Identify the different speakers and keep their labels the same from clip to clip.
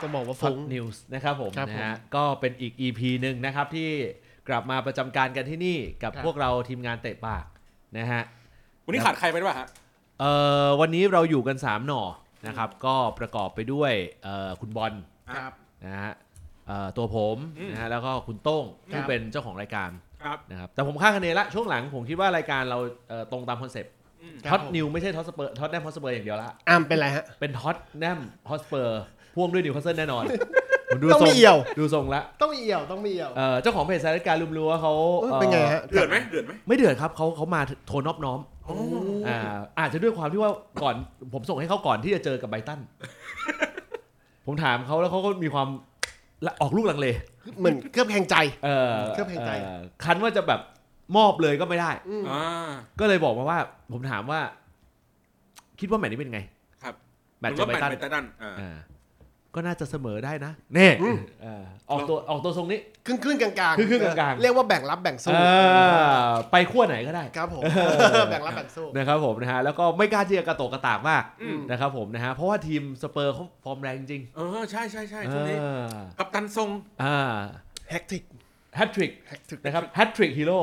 Speaker 1: ต้องบอกว่า
Speaker 2: ฟุ
Speaker 1: ฟุ้
Speaker 2: ก
Speaker 1: ง
Speaker 2: นิวส์นะครับผม
Speaker 1: ครับ
Speaker 2: นะฮะก็เป็นอีก EP หนึ่งนะครับที่กลับมาประจำการกันที่นี่กับ
Speaker 1: ครับ
Speaker 2: พวกเราทีมงานเตะปากนะฮะ
Speaker 3: วันนี้ขาดใครไปหรือเปล่าฮะ
Speaker 2: เอ่อวันนี้เราอยู่กัน 3 หน่อนะครับก็ประกอบไปด้วยเอ่อคุณบอล
Speaker 3: ครับ
Speaker 2: นะฮะเอ่อตัวผม
Speaker 3: อืม
Speaker 2: นะฮะแล้วก็คุณโต้ง
Speaker 1: ครั
Speaker 2: ซึ่ง
Speaker 1: บ
Speaker 2: เป็นเจ้าของรายการ
Speaker 3: ครับ
Speaker 2: นะครับแต่ผมข้างคะแนนละช่วงหลังผมคิดว่ารายการเราเอ่อตรงตามคอนเซปต์
Speaker 1: ครับ
Speaker 2: ท็อต
Speaker 1: ผม
Speaker 2: นิวไม่ใช่ท็อตสเปอร์ท็อตแนมฮอตสเปอร์อย่างเดียวละ
Speaker 1: อ้ามเป็นไรฮะ
Speaker 2: เป็นท็อตแนมฮอตสเปอร์พ่วงด้วยนิวคาสเซิลแน่ นอนผม
Speaker 1: ต้อง
Speaker 2: ทร
Speaker 1: มีเอี่ยว
Speaker 2: ดูทรงละ
Speaker 1: ต้องมีเอี่ยวต้องมีเอี่ยว
Speaker 2: เอ่อเจ้าของเพจสายรายการลุมรัวเขา
Speaker 1: เออเป็นไงฮะ
Speaker 3: เดือดไหมเดือดไหม
Speaker 2: ไม่เดือดครับเขาเขามาโทนนอบน้อมอ่าอาจจะด้วยความที่ว่าก่อน ผมส่งให้เขาก่อนที่จะเจอกับไบ ตัน ผมถามเขาแล้วเขาก็มีความละออกลูกลังเล
Speaker 1: เหมือนเครือบแข่งใจ
Speaker 2: เออ
Speaker 1: เคลือบแคลงใจ
Speaker 2: เอคันว่าจะแบบมอบเลยก็ไม่ได้
Speaker 1: อืม
Speaker 3: อ่า
Speaker 2: ก็เลยบอกมาว่า ผมถามว่า คิดว่าแมตช์นี้เป็นไง
Speaker 3: ครับ
Speaker 2: แมตช์เจอไบตัน
Speaker 3: เหมือนว่าแมตช์ตันอ่า
Speaker 2: อ่าก็น่าจะเสมอได้นะเน่
Speaker 1: อืม
Speaker 2: เออออกตัวออกตัวทรงนี้
Speaker 1: ครึ่งครึ่งๆกลางกลางๆ
Speaker 2: ครึ่งๆกลางๆ
Speaker 1: เรียกว่าแบ่งรับแบ่งสู้
Speaker 2: เออไปขั้วไหนก็ได้
Speaker 1: ครับผมแบ่งรับแบ่งสู้
Speaker 2: นะครับผมนะฮะแล้วก็ไม่กล้าที่จะกระโตกกระตากมาก
Speaker 3: อืม
Speaker 2: นะครับผมนะฮะเพราะว่าทีมสเปอร์เขาฟอร์มแรงจริง
Speaker 3: เออ ใช่ใช่ใช่ช่วงนี้
Speaker 2: เออ
Speaker 3: กับตันทรง
Speaker 2: อ่า
Speaker 1: แฮกติก
Speaker 2: แฮตทริก
Speaker 1: แฮกติก
Speaker 2: นะครับแฮตทริกฮีโร่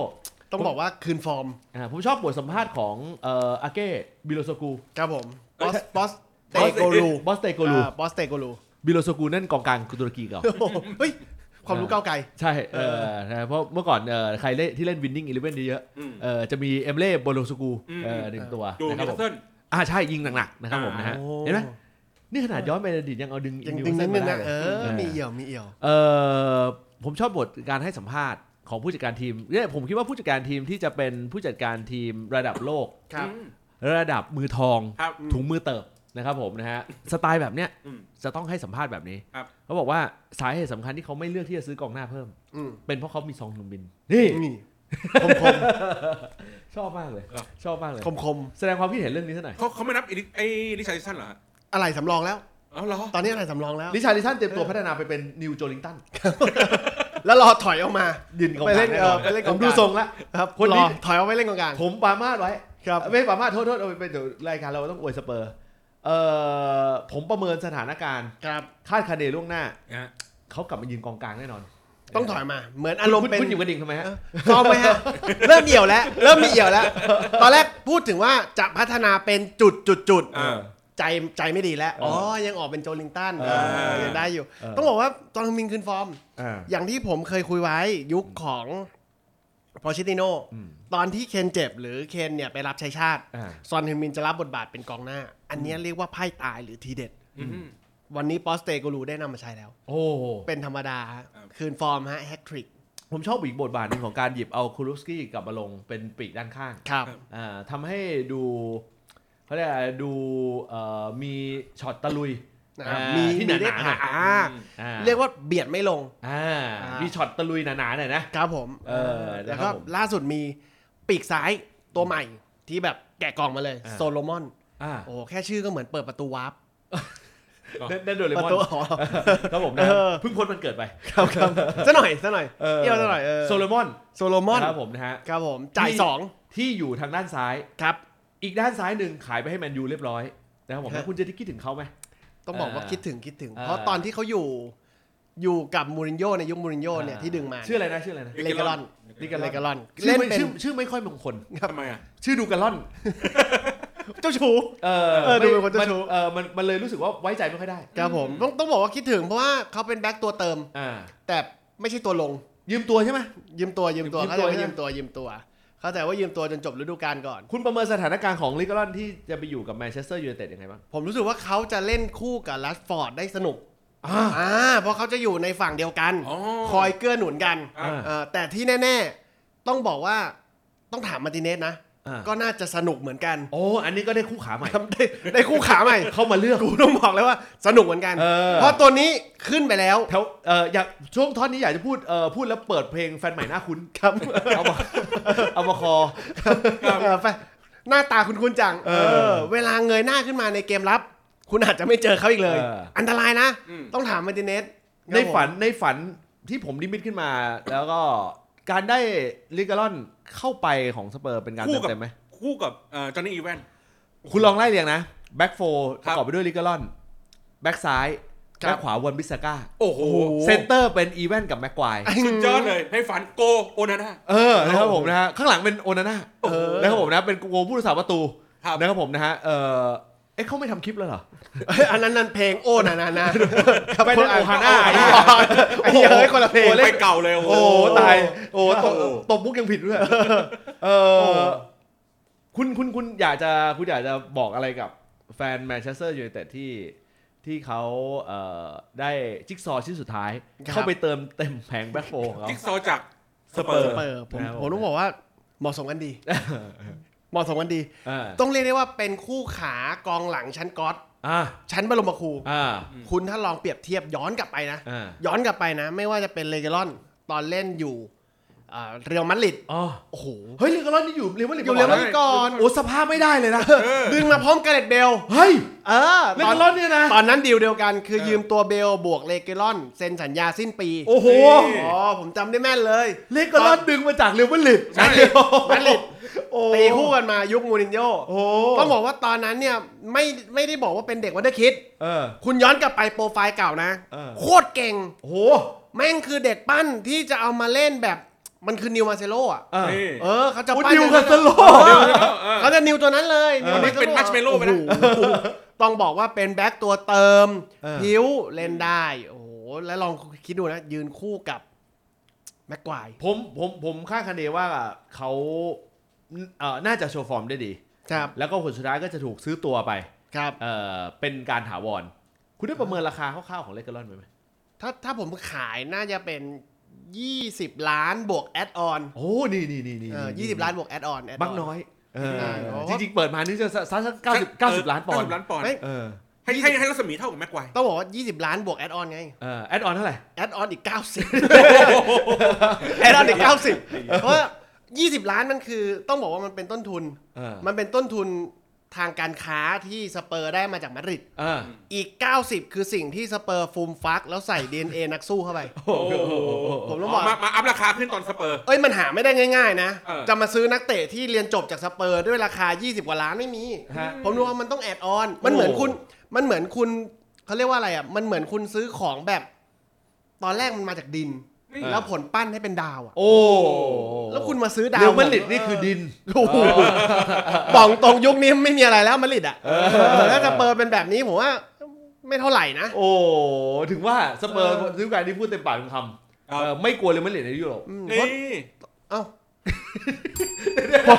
Speaker 1: ต้องบอกว่าคืนฟอร์ม
Speaker 2: อ่าผมชอบบทสัมภาษณ์ของเอ่ออาเก้บิโลโซกู
Speaker 1: ครับผมบอสบอสเต
Speaker 3: Boss
Speaker 1: โกลู
Speaker 2: บอสเตโกลู
Speaker 1: บอสเตโกลู
Speaker 2: บิโลโซกูนั่นกองกลางตุรกีเก่า
Speaker 1: เฮ้ยความรู้ก้าวไกล
Speaker 2: ใช่เอ
Speaker 1: เอ
Speaker 2: อ
Speaker 1: อ
Speaker 2: นะเพราะเมื่อก่อนเอ่อใครเล่นที่เล่นวินนิ่งอีเลเวนเยอะ
Speaker 3: อืม
Speaker 2: เออจะมีเอมเล่โบโลโซกู
Speaker 3: อืม
Speaker 2: เออหนึ่งตัว
Speaker 3: ดูนิ
Speaker 2: นะค
Speaker 3: วคาส
Speaker 2: รับผม
Speaker 3: เซิล
Speaker 2: อ่าใช่ยิงหนักๆนะครับผมนะฮะ
Speaker 1: โอ้
Speaker 2: เห็นไหมนี่ขนาดย้อนไปในอดีตยังเอาดึง
Speaker 1: ยัง
Speaker 2: นิว
Speaker 1: ดึง
Speaker 2: เซ
Speaker 1: นิด
Speaker 2: น
Speaker 1: นึ
Speaker 2: มางได้
Speaker 1: นะ
Speaker 2: เลย
Speaker 1: เออ
Speaker 2: เออ
Speaker 1: มีเอี่ยวมีเอี่ยว
Speaker 2: เออผมชอบบทการให้สัมภาษณ์ของผู้จัดการทีมเนี่ยผมคิดว่าผู้จัดการทีมที่จะเป็นผู้จัดการทีมระดับโลก
Speaker 1: ครับ
Speaker 2: ระดับมือทอง
Speaker 3: ครับ
Speaker 2: ถุงมือเติบนะครับผมนะฮะสไตล์แบบเนี้ย
Speaker 3: อืม
Speaker 2: จะต้องให้สัมภาษณ์แบบนี้
Speaker 3: ครับ
Speaker 2: เขาบอกว่าสาเหตุสำคัญที่เขาไม่เลือกที่จะซื้อกองหน้าเพิ่ม
Speaker 1: อืม
Speaker 2: เป็นเพราะเขามีซองหนุ่มบิน นี่
Speaker 1: นี่
Speaker 2: ชอบมากเลย
Speaker 3: ครับ
Speaker 2: ชอบมากเลย
Speaker 1: คมคม
Speaker 2: แสดงความคิดเห็นเรื่องนี้ซะหน่อย
Speaker 3: เขาเขาไม่นับไอ้ไอ้ริชาร์ดสันเหรอฮะ
Speaker 1: ๆอะไรสำรองแล้ว
Speaker 3: อ๋อเหรอ
Speaker 1: ตอนนี้อะไรสำรองแล้ว
Speaker 2: ลิชาร์ลิสันเตรียมตัวพัฒนาไปเป็นนิวโจลิงตัน
Speaker 1: แล้วรอถอยออกมา
Speaker 2: ยืนกอง
Speaker 1: ไป
Speaker 2: ก
Speaker 1: เล่
Speaker 2: ลาง
Speaker 1: น
Speaker 2: แน่
Speaker 1: เอน
Speaker 2: อ
Speaker 1: อน ไปเล่นก
Speaker 2: ผ
Speaker 1: อง
Speaker 2: ม
Speaker 1: กลาง
Speaker 2: ดูทรงละ
Speaker 1: ครับ
Speaker 2: คน
Speaker 1: ร
Speaker 2: นี้
Speaker 1: อถอยเอาไว้เล่นกองกลาง
Speaker 2: ผมปามาดไว้
Speaker 1: ครับ
Speaker 2: ไม่สามารถโทษโทษเอาไปเป็นเดี๋ยวรายการเราต้องอวยสเปอร์เอ่อผมประเมินสถานการณ์
Speaker 1: ครับ
Speaker 2: คาดคะเนล่วงหน้า เขากลับมายืนกองกลางแน่นอน
Speaker 1: ต้องถอยมา เหมือนอารมณ์
Speaker 2: คุณ
Speaker 1: เป็น
Speaker 2: คุณอยู่กระดิ่งทำไมฮะ
Speaker 1: ซ้อมไหม ฮะ เริ่มเอี่ยวแล้ว เริ่มมีเอี่ยวแล้ว ตอนแรกพูดถึงว่าจะพัฒนาเป็นจุดจุดจุด
Speaker 3: อ่า
Speaker 1: ใจใจไม่ดีแล้ว
Speaker 2: เอออ๋
Speaker 1: อ๋อ ยังออกเป็นโจลิงตัน
Speaker 2: เออ
Speaker 1: เออยังได้อยู่
Speaker 2: เออ
Speaker 1: ต้องบอกว่าจอห์นมินคืนฟอร์ม
Speaker 2: อ่า
Speaker 1: อย่างที่ผมเคยคุยไว้ยุคของพอชิติโน
Speaker 2: อืม
Speaker 1: ตอนที่เคนเจ็บหรือเคนเนี่ยไปรับใช้ชาติ
Speaker 2: อ่า
Speaker 1: ซอนฮึนมินจะรับบทบาทเป็นกองหน้า อันเนี้ยเรียกว่าไพ่ตายหรือทีเด็ด
Speaker 3: อืม
Speaker 1: วันนี้ปอสเตโกลูได้นำมาใช้แล้ว
Speaker 2: โอ้
Speaker 1: เป็นธรรมดาฮะ
Speaker 3: ครับ
Speaker 1: คืนฟอร์มฮะแฮตทริก
Speaker 2: ผมชอบอีกบทบาทหนึ่งของการหยิบเอาคูรุสกี้กลับมาลงเป็นปีกด้านข้าง
Speaker 1: ครับ
Speaker 2: อ่าทำให้ดูเขาเรียกอะไรดูเอ่อมีช็อตตะลุย
Speaker 1: นะครับ
Speaker 2: อ่า
Speaker 1: มี
Speaker 2: ที่ห
Speaker 1: มี
Speaker 2: นา
Speaker 1: ได้
Speaker 2: ๆ
Speaker 1: ผ่า
Speaker 2: หน่อ
Speaker 1: น
Speaker 2: ย
Speaker 1: อ่า
Speaker 2: อ่า
Speaker 1: เรียกว่าเบียดไม่ลง
Speaker 2: อ่า
Speaker 1: อ่ามี
Speaker 2: มีช็อตตะลุยหนาๆหน่อยนะ
Speaker 1: ครับผม
Speaker 2: เออ
Speaker 1: แล้ว
Speaker 2: ค
Speaker 1: ก็
Speaker 2: รับผม
Speaker 1: ล่าสุดมีปีกซ้ายตัวใหม่ที่แบบแกะกล่องมาเลย
Speaker 2: อ่า
Speaker 1: โซโลมอน
Speaker 2: อ่า
Speaker 1: โอ้แค่ชื่อก็เหมือนเปิดประตูวาร์ป
Speaker 2: นั่นนั่นโดเร
Speaker 1: ประ
Speaker 2: มอน
Speaker 1: ตูอ๋อ
Speaker 2: ครับผมนะ
Speaker 1: เออ
Speaker 2: เพิ่งพ้นมันเกิดไป
Speaker 1: ครับครับ ซะหน่อยซะหน่อย
Speaker 2: เออ
Speaker 1: เที่ยวซะหน่อยเออ
Speaker 2: โซโลมอน
Speaker 1: โซโลมอน
Speaker 2: ครับผมนะฮะ
Speaker 1: ครับผมจ่าย
Speaker 2: ที่
Speaker 1: สอง
Speaker 2: ที่อยู่ทางด้านซ้าย
Speaker 1: ครับ
Speaker 2: อีกด้านซ้ายหนึ่งขายไปให้แมนยูเรียบร้อยนะครับผม
Speaker 1: ฮะ
Speaker 2: แล้วคุณจะได้คิดถึงเขาไหม
Speaker 1: ต้องบอกว่า
Speaker 2: อ่า
Speaker 1: คิดถึงคิดถึง
Speaker 2: อ่า
Speaker 1: เพราะตอนที่เขาอยู่อยู่กับมูรินโญ่ในยุคมูรินโญ่เนี่ยที่ดึงมา
Speaker 2: ชื่ออะไรนะชื่ออะไรนะ
Speaker 1: เลกาลอน
Speaker 2: ดิกาล
Speaker 1: เล
Speaker 2: อน
Speaker 1: กาลอน
Speaker 2: เล่
Speaker 1: เล่
Speaker 2: น
Speaker 1: น
Speaker 2: เป็
Speaker 1: เป็น น
Speaker 2: ชื่อชื่อไม่ค่อยมงคล
Speaker 3: ทำไมอ่ะ
Speaker 2: ชื่อดูกาลอน
Speaker 1: เจ้าชู้
Speaker 2: เอ
Speaker 1: เออดูเป็นคน
Speaker 2: มั
Speaker 1: เจ้าชู้
Speaker 2: เออมันมันเลยรู้สึกว่าไว้ใจไม่ค่อยได้
Speaker 1: ครับผมต้องต้องบอกว่าคิดถึงเพราะว่าเขาเป็นแบ็คตัวเติม
Speaker 2: อ่า
Speaker 1: แต่ไม่ใช่ตัวลง
Speaker 2: ยืมตัวใช่ไหม
Speaker 1: ยืมตัวยืมตัว
Speaker 2: ยืม
Speaker 1: เขา
Speaker 2: ตั
Speaker 1: ใจ
Speaker 2: ว
Speaker 1: ว่า
Speaker 2: ใช่ไหม
Speaker 1: ยืมตัวยืมตัว เขาใจว่ายืมตัวจนจบฤดูกาลก่อน
Speaker 2: คุณประเมินสถานการณ์ของลิกาลอนที่จะไปอยู่กับแมนเชสเตอร์ยูไนเต็ดยังไงบ้าง
Speaker 1: ผมรู้สึกว่าเขาจะเล่นคู่กับลัสฟอร์ดได้สนุก
Speaker 2: อ่า
Speaker 1: อ่าเพราะเขาจะอยู่ในฝั่งเดียวกัน
Speaker 3: อ๋อ
Speaker 1: คอยเกื้อหนุนกัน
Speaker 2: อ่า
Speaker 1: เอ่อแต่ที่แน่ ๆ ต้องบอกว่าต้องถามมาร์ติเนสนะ
Speaker 2: อ่า
Speaker 1: ก็น่าจะสนุกเหมือนกัน
Speaker 2: โอ้อันนี้ก็ได้คู่ขาใหม่
Speaker 1: ครับได้ได้คู่ขาใหม่
Speaker 2: เข้ามาเลือก
Speaker 1: กูต้องบอกเลยว่าสนุกเหมือนกัน
Speaker 2: เออ
Speaker 1: เพราะตัวนี้ขึ้นไปแล้ว
Speaker 2: แถวเอ่ออยากช่วงท่อนนี้อยากจะพูดเอ่อพูดแล้วเปิดเพลงแฟนใหม่หน้าคุ้น
Speaker 1: ครับ
Speaker 2: เอามาเอามาคอ
Speaker 1: เออไปหน้าตาคุณคุณจัง
Speaker 2: เออ
Speaker 1: เวลาเงยหน้าขึ้นมาในเกมรับ คุณอาจจะไม่เจอเขาอีกเลย
Speaker 2: เอออั
Speaker 1: อันตรายนะ
Speaker 3: อืม
Speaker 1: ต้องถามมาร์ติเนส
Speaker 2: ในฝันในฝันที่ผมดิมิตขึ้นมาแล้วก็การได้ลิกาลอนเข้าไปของสเปอร์เป็นการ
Speaker 3: คู่
Speaker 2: เติม
Speaker 3: กับ
Speaker 2: เต็มไหม
Speaker 3: คู่กับเอ่อจอห์นนี่อีแวน
Speaker 2: คุณลองไล่เรียงนะแบ็กโฟ
Speaker 3: ค
Speaker 2: ป
Speaker 3: รับ
Speaker 2: ระกอบไปด้วยลิกาลอนแบ็กซ้าย
Speaker 1: ครับ
Speaker 2: แบ็คขวาวันบิสก้า
Speaker 3: โอ้โห
Speaker 2: เซนเตอร์เป็นอีแวนกับแม็กควาย
Speaker 3: สุดยอดเลยให้ฝันโกโอนาน่า
Speaker 2: เออนะครับผมนะฮะข้างหลังเป็นโอนาน่า
Speaker 3: เออ
Speaker 2: นะครับผมนะเป็นโกผู้รักษาประตู
Speaker 3: ครับ
Speaker 2: นะครับผมนะฮะเออเอ๊ะเขาไม่ทำคลิปแล้วเหรอ
Speaker 1: เอ้ยอันนั้นนั่นเพลงโอ้ นานานา
Speaker 2: ไม่ได้โอฮาน่า
Speaker 1: ไอ้เหี้ยเฮ้ยคนละเพลง
Speaker 3: โอ้ไปเก่าเลยโอ้โห
Speaker 2: โอ้โหตายโอ้โหตบ
Speaker 3: โอ้โห
Speaker 2: ตบมุกยังผิดด้วยเออ
Speaker 1: โอ้โห
Speaker 2: คุณคุณคุณอยากจะคุณอยากจะบอกอะไรกับแฟนแมนเชสเตอร์ยูไนเต็ดที่ที่เขาเอ่อได้จิ๊กซอว์ชิ้นสุดท้าย เข้าไปเติมเต็มแผงแบ็คโฟของเขา
Speaker 3: จิ๊กซอว์จากสเปอ
Speaker 1: ส
Speaker 3: ร์
Speaker 1: เปอร์ผม
Speaker 2: ครับ
Speaker 1: ผมต้องบอกว่าเหมาะสมกันดี เหมาะสมกันดี
Speaker 2: อ่า
Speaker 1: ต้องเรียกได้ว่าเป็นคู่ขากองหลังชั้นก๊อต
Speaker 2: อ่า
Speaker 1: ชั้นบรมครู
Speaker 2: อ่า
Speaker 1: คุณถ้าลองเปรียบเทียบย้อนกลับไปนะ
Speaker 2: อ่า
Speaker 1: ย้อนกลับไปนะ ไม่ว่าจะเป็นเลเกลอนตอนเล่นอยู่อ่าเรียลมาดริด
Speaker 2: อ๋อ
Speaker 1: โอ้โห
Speaker 2: เฮ้ยเรียกร้อนนี่อยู่เรียกว่าเรีย
Speaker 1: อก ยู่
Speaker 2: ว่า
Speaker 1: เรียล
Speaker 2: เรียก
Speaker 1: มาด
Speaker 2: ว่า
Speaker 1: ริดก่อน
Speaker 2: โอ้สภาพไม่ได้เลยนะ
Speaker 3: เออ
Speaker 1: ดึงมาพร้อมกาเรตเบล
Speaker 2: เฮ้ย
Speaker 1: เออ
Speaker 2: เรีย
Speaker 1: ต
Speaker 2: ก
Speaker 1: อน
Speaker 2: ร้อนเนี่ยนะ
Speaker 1: ตอนนั้นดีลเดียวกันคือ
Speaker 3: เออ
Speaker 1: ยืมตัวเบลบวกเลเกลอนเซ็นสัญญาสิ้นปี
Speaker 2: โอ้โห
Speaker 1: อ๋อผมจำได้แม่นเลย
Speaker 2: เรียกร้อนดึงมาจากเรียกว่าลิด
Speaker 3: ใช่
Speaker 1: มาดริด
Speaker 2: โอ้
Speaker 1: ตีคู่กันมายุคมูรินโญ่
Speaker 2: โอ้
Speaker 1: ต้องบอกว่าตอนนั้นเนี่ยไม่ไม่ได้บอกว่าเป็นเด็กวันเดอร์คิด
Speaker 2: เออ
Speaker 1: คุณย้อนกลับไปโปรไฟล์เก่านะ
Speaker 2: เออ
Speaker 1: โคตรเก่ง
Speaker 2: โอ้โห
Speaker 1: แม่งคือเด็กปั้นที่จะเอามาเล่นแบบมันคือนิวมาเซโลอ่ะ
Speaker 2: เออ
Speaker 3: นี่
Speaker 1: เออเขาจะ
Speaker 2: โอ้
Speaker 1: ปั้น
Speaker 2: ดิว
Speaker 1: อย่าง
Speaker 2: คาสโล
Speaker 3: เออ
Speaker 1: เขาจะนิวตัวนั้นเลย
Speaker 2: เออ
Speaker 1: ว
Speaker 3: นี่เป็น
Speaker 1: Marshmallow
Speaker 3: Marshmallow ไปนะ
Speaker 1: โอ้โหต้องบอกว่าเป็นแบ็คตัวเติม
Speaker 2: เออ
Speaker 1: ผิวเล่นได้ โอ้โห แล้วลองคิดดูนะ ยืนคู่กับแม็กควาย
Speaker 2: ผมผมผมคาดคะเนว่าเขาเอ่อน่าจะโชว์ฟอร์มได้ดี
Speaker 1: ครับ
Speaker 2: แล้วก็ผลสุดท้ายก็จะถูกซื้อตัวไป
Speaker 1: ครับ
Speaker 2: เอ่อเป็นการถาวร คุณได้ประเมินราคาคร่าวๆของเลกเกอร์ลอนไว้ไหม
Speaker 1: ถ้าถ้าผมขายน่าจะเป็น 20 ล้านบวกแอดออน
Speaker 2: โอ้ นี่นี่นี่นี่
Speaker 1: ยี่สิบล้านบวกแอดออน
Speaker 2: บักน้อยเออ
Speaker 1: ใช่เพราะ
Speaker 2: จ
Speaker 1: ว่า
Speaker 2: ริงๆ เปิดมานี่จะสักเก้าสิบเก้าสิบล้านปอนด์
Speaker 3: 90ล้านปอนด์
Speaker 1: เฮ้ย
Speaker 2: เออ
Speaker 3: ให้ให้ให้รัศมีเท่ากับแม็กไกวร์
Speaker 1: ต้องบอกว่า 20 ล้านบวกแอดออนไง
Speaker 2: เออแอดออนเท่าไหร่
Speaker 1: แอดออนอีก 90 แอดออนอีก 90 เพราะว่า20 ล้านมันคือต้องบอกว่ามันเป็นต้นทุน
Speaker 2: เออ
Speaker 1: มันเป็นต้นทุนทางการค้าที่สเปอร์ได้มาจากมาดริด
Speaker 2: เออ
Speaker 1: อีก 90 คือสิ่งที่สเปอร์ฟูมฟัก แล้วใส่ DNA นักสู้เข้าไป
Speaker 2: โอ้โห
Speaker 1: ผมต้องบอก
Speaker 3: มามาอัพราคาขึ้นตอนสเปอร์
Speaker 1: เอ้ยมันหาไม่ได้ง่าย ๆ นะ
Speaker 3: เออ
Speaker 1: จะมาซื้อนักเตะที่เรียนจบจากสเปอร์ด้วยราคา 20 กว่าล้านไม่มี
Speaker 2: ฮะ
Speaker 1: ผมรู้ว่ามันต้องแอดออน มันเหมือน
Speaker 2: โอ้
Speaker 1: คุณ มันเหมือนคุณเขาเรียกว่าอะไรอ่ะ มันเหมือนคุณซื้อของแบบ ตอนแรกมันมาจากดิน
Speaker 3: นี่
Speaker 1: แล้วผลปั้นให้เป็นดาวอ่ะ
Speaker 2: โอ้
Speaker 1: แล้วคุณมาซื้อดาว
Speaker 2: เรียวมันลิดนี่คือดิน
Speaker 1: โอ้โหบอกตรงยุคนี้ไม่มีอะไรแล้วมาดริดอ่ะแล้วจะเปิดเป็นแบบนี้ผมว่า ไม่เท่าไหร่นะ
Speaker 2: โอ้ถึงว่าสเปอร์ซื้อการที่พูดเต็มปากเต็มค
Speaker 3: ค
Speaker 2: ำ
Speaker 3: รับ
Speaker 2: เออไม่กลัวเลยมันเหลือในยุโรป
Speaker 3: นี่
Speaker 1: เอ้าผม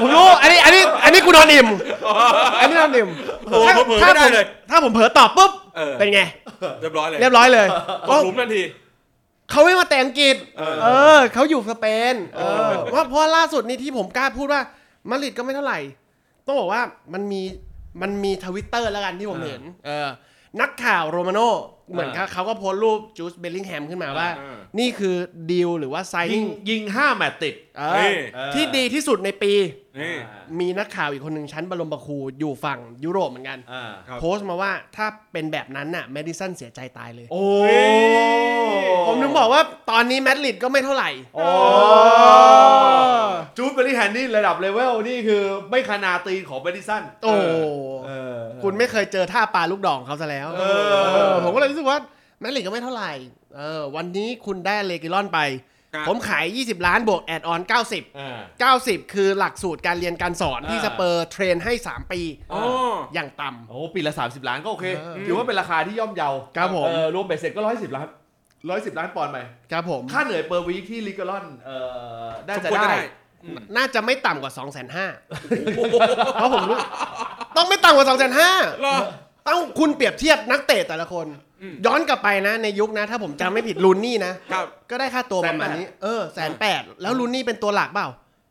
Speaker 1: ผมรู้ อันนี้ อันนี้ อันนี้กูนอนอิ่มอันนี้นอนอิ่ม
Speaker 3: โอ้โหเผลอ
Speaker 1: ถ้า
Speaker 3: ไม่ได้
Speaker 1: ผม
Speaker 3: เลย
Speaker 1: ถ้าผมเผลอตอบปุ๊บ
Speaker 3: เออ
Speaker 1: เป็นไง
Speaker 3: เรียบร้อยเลย
Speaker 1: เรียบร้อยเลย
Speaker 3: ตกหลุมทันที
Speaker 1: เขาไม่มาแต่อังกฤษ
Speaker 3: เออ
Speaker 1: เออ เขาอยู่สเปน เออว่าเพราะว่าล่าสุดนี่ที่ผมกล้าพูดว่า มาดริดก็ไม่เท่าไหร่ ต้องบอกว่ามันมี มันมีทวิตเตอร์แล้วกันที่ผมเห็น เออ นักข่าวโรมาโน่ เหมือน
Speaker 2: เออ
Speaker 1: เขาเขาก็โพสต์รูปจูสเบลลิงแฮมขึ้นมาว่า
Speaker 3: เออ
Speaker 1: นี่คือดีลหรือว่าไซ
Speaker 2: ยิง
Speaker 1: นิ่ง
Speaker 2: ยิงห้าแมตช์ติด
Speaker 1: เอ
Speaker 3: นี่
Speaker 1: อที่ดีที่สุดในปี
Speaker 3: นี่
Speaker 1: มีนักข่าวอีกคนหนึ่งชั้นบรมบครูอยู่ฝั่งยุโรปเหมือนกัน
Speaker 2: อ่า
Speaker 3: ครับ
Speaker 1: โพสต์มาว่าถ้าเป็นแบบนั้นน่ะแมดิสันเสียใจตายเลย
Speaker 2: โอ้
Speaker 3: เฮ้ย
Speaker 1: ผมถึงบอกว่าตอนนี้แมดริดก็ไม่เท่าไหร่
Speaker 2: โอ้จูดเบอร์รี่แฮนนี่ระดับเลเวลนี่คือไม่ขนาตีนของเบอร์ดิสัน
Speaker 1: โอ้
Speaker 2: เออ
Speaker 1: คุณไม่เคยเจอท่าปลาลูกดองเขาซะแล้ว
Speaker 2: เออ
Speaker 1: เออผมก็เลยรู้สึกว่าแมดริดก็ไม่เท่าไหร่เออวันนี้คุณได้เลกิลอนไป
Speaker 3: ครับ
Speaker 1: ผมขาย 20 ล้านบวกแอดออน 90
Speaker 2: อ่า
Speaker 1: 90 คือหลักสูตรการเรียนการสอนที่
Speaker 2: อ่า
Speaker 1: สเปอร์เทรนให้ 3 ปี
Speaker 3: อ๋อ
Speaker 1: อย่างต่
Speaker 2: โอ้ปีละ 30 ล้านก็โอเค
Speaker 1: เออ
Speaker 2: ถือว่าเป็นราคาที่ย่อมเยา
Speaker 1: ครับผม
Speaker 2: เออรวมเบ็ดเสร็จก็ 110 ล้าน110 ล้านปอนด์ไป
Speaker 1: ำครับผม
Speaker 2: ค่าเหนื่อยเปอร์วีคที่ลิกาลอนเอ่อน่าจะ
Speaker 3: สมควรจะ
Speaker 2: ได้
Speaker 3: ได้
Speaker 1: น่าจะไม่ต่ำกว่า 2 5 0 0 0 0
Speaker 3: โอ้โห
Speaker 1: เพราะผมรู้ ต้องไม่ต่ำกว่า2องแสนห้า
Speaker 3: เหรอ
Speaker 1: ต้องคุณเปรียบเทียบนักเตะแต่ละคน
Speaker 3: อืม
Speaker 1: ย้อนกลับไปนะ ในยุคนะ ถ้าผมจำไม่ผิดลุนนี่นะ
Speaker 3: ครับ
Speaker 1: ก็ได้ค่าตัวประมาณนี้ เออแสนแปดแล้วลุนนี่เป็นตัวหลักเปล่า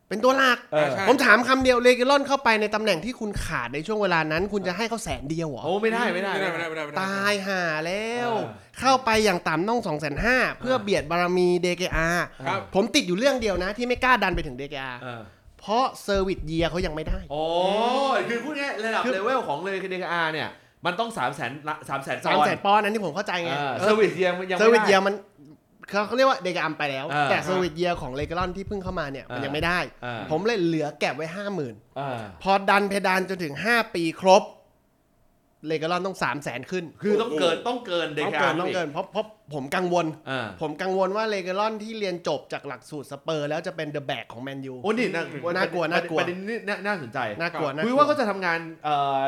Speaker 1: เป็นตัวหลัก
Speaker 2: เออ
Speaker 3: ใช่
Speaker 1: ผมถามคำเดียวเลเกลอนเข้าไปในตำแหน่งที่คุณขาดในช่วงเวลานั้น คุณจะให้เขาแสนเดียวเหรอ
Speaker 2: โอ้ไม่ได้ไม่ได้
Speaker 3: ไม่ได้ไม่ได้ไม่ได้ไม่ได้
Speaker 1: ตายห่าแล้ว
Speaker 2: เออ
Speaker 1: เข้าไปอย่างต่ำต้อง2องแสนห้าเพื่อเบียดบารมีเดกอา
Speaker 3: ครับ
Speaker 1: ผมติดอยู่เรื่องเดียวนะ ที่ไม่กล้าดันไปถึงเดกอา
Speaker 2: เออ
Speaker 1: เพราะเซอร์วิสเยียเขายังไม่ได้
Speaker 2: โอ้ยคือพูดง่ายระดับ
Speaker 1: คือ
Speaker 2: เลเวลของเลยคือ DKR เนี่ย มันต้อง 3 0 0 0 0 0 3 0 0 0 0
Speaker 1: สามแสนปอนด์อันนี้ผมเข้าใจไง
Speaker 2: เซอร์วิสเยียงยัง
Speaker 1: เซอร์วิ
Speaker 2: ไม่ได้
Speaker 1: สเยียมันเขาเขาเรียกว่าเดกอัมไปแล้ว
Speaker 2: อ่า
Speaker 1: แต่เซอร์วิสเยียของเลก a ลอนที่เพิ่งเข้ามาเนี่ย มัน
Speaker 2: อ่ายั
Speaker 1: ยังไม่ได้
Speaker 2: อ่า
Speaker 1: ผมเลยเหลือแก็บไว้ห้าหมื่น
Speaker 2: อ่า
Speaker 1: พอดันเพดานจนถึงห้าปีครบ เลกาลอนต้องสามแสนขึ้น
Speaker 2: คือต้องเกินต้องเกินเด็ก
Speaker 1: ต้อง
Speaker 2: กา
Speaker 1: เกิ
Speaker 2: ร
Speaker 1: นต้องเกินเพราะเพราะผมกังวล
Speaker 2: อ่า
Speaker 1: ผมกังวลว่าเลกาลอนที่เรียนจบจากหลักสูตรสเปอร์ แล้วจะเป็นเดอะแบกของแมนยู
Speaker 2: โอ้นี่น่า
Speaker 1: น่ากลัวน่ากลัว
Speaker 2: ประเด็นนี้น่าน่าสนใจ
Speaker 1: น่ากลัวน่
Speaker 2: คุยว่าเขาจะทำงานเอ่อ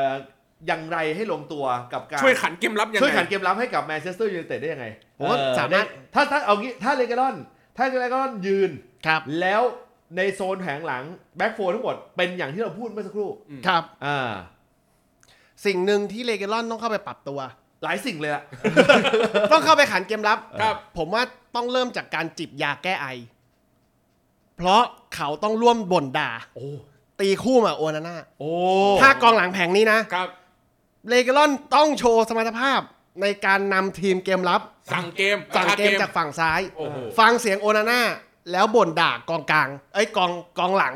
Speaker 2: อย่างไรให้ลงตัวกับการ
Speaker 3: ช่วยขันเกมรับยังไง
Speaker 2: ช่วยขันเกมรับให้กับแมนเชสเตอร์ยูไนเต็ดได้ยังไง
Speaker 1: ผมว่า
Speaker 2: เออ
Speaker 1: สามารถ
Speaker 2: ได้ถ้าถ้าเอางี้ถ้าเลกาดอน ถ้าเลกาดอนยืน
Speaker 1: ครับ
Speaker 2: แล้วในโซนแผงหลังแบ็กโฟทั้งหมดเป็นอย่างที่เราพูดเมื่อสักครู่
Speaker 1: ครับ
Speaker 2: อ่า
Speaker 1: สิ่งหนึ่งที่เลกาลอนต้องเข้าไปปรับตัว
Speaker 2: หลายสิ่งเลยอะ
Speaker 1: ต้องเข้าไปขันเกมรับ
Speaker 3: ครับ
Speaker 1: ผมว่าต้องเริ่มจากการจิบยาแก้ไอ เพราะเขาต้องร่วมบ่นด่า
Speaker 2: โอ้
Speaker 1: ตีคู่มาโอนาน่า
Speaker 2: โอ้
Speaker 1: ถ้ากองหลังแผงนี้นะ
Speaker 3: ครับ
Speaker 1: เลกาลอนต้องโชว์สมรรถภาพในการนำทีมเกมรับ
Speaker 3: สั่งเกม
Speaker 1: สั่งเกม
Speaker 3: ประช
Speaker 1: จากฝั่งซ้าย
Speaker 3: โอ้โห
Speaker 1: ฟังเสียงโอนาน่าแล้วบ่นด่ากองกลาง เอ้ยกองกองหลัง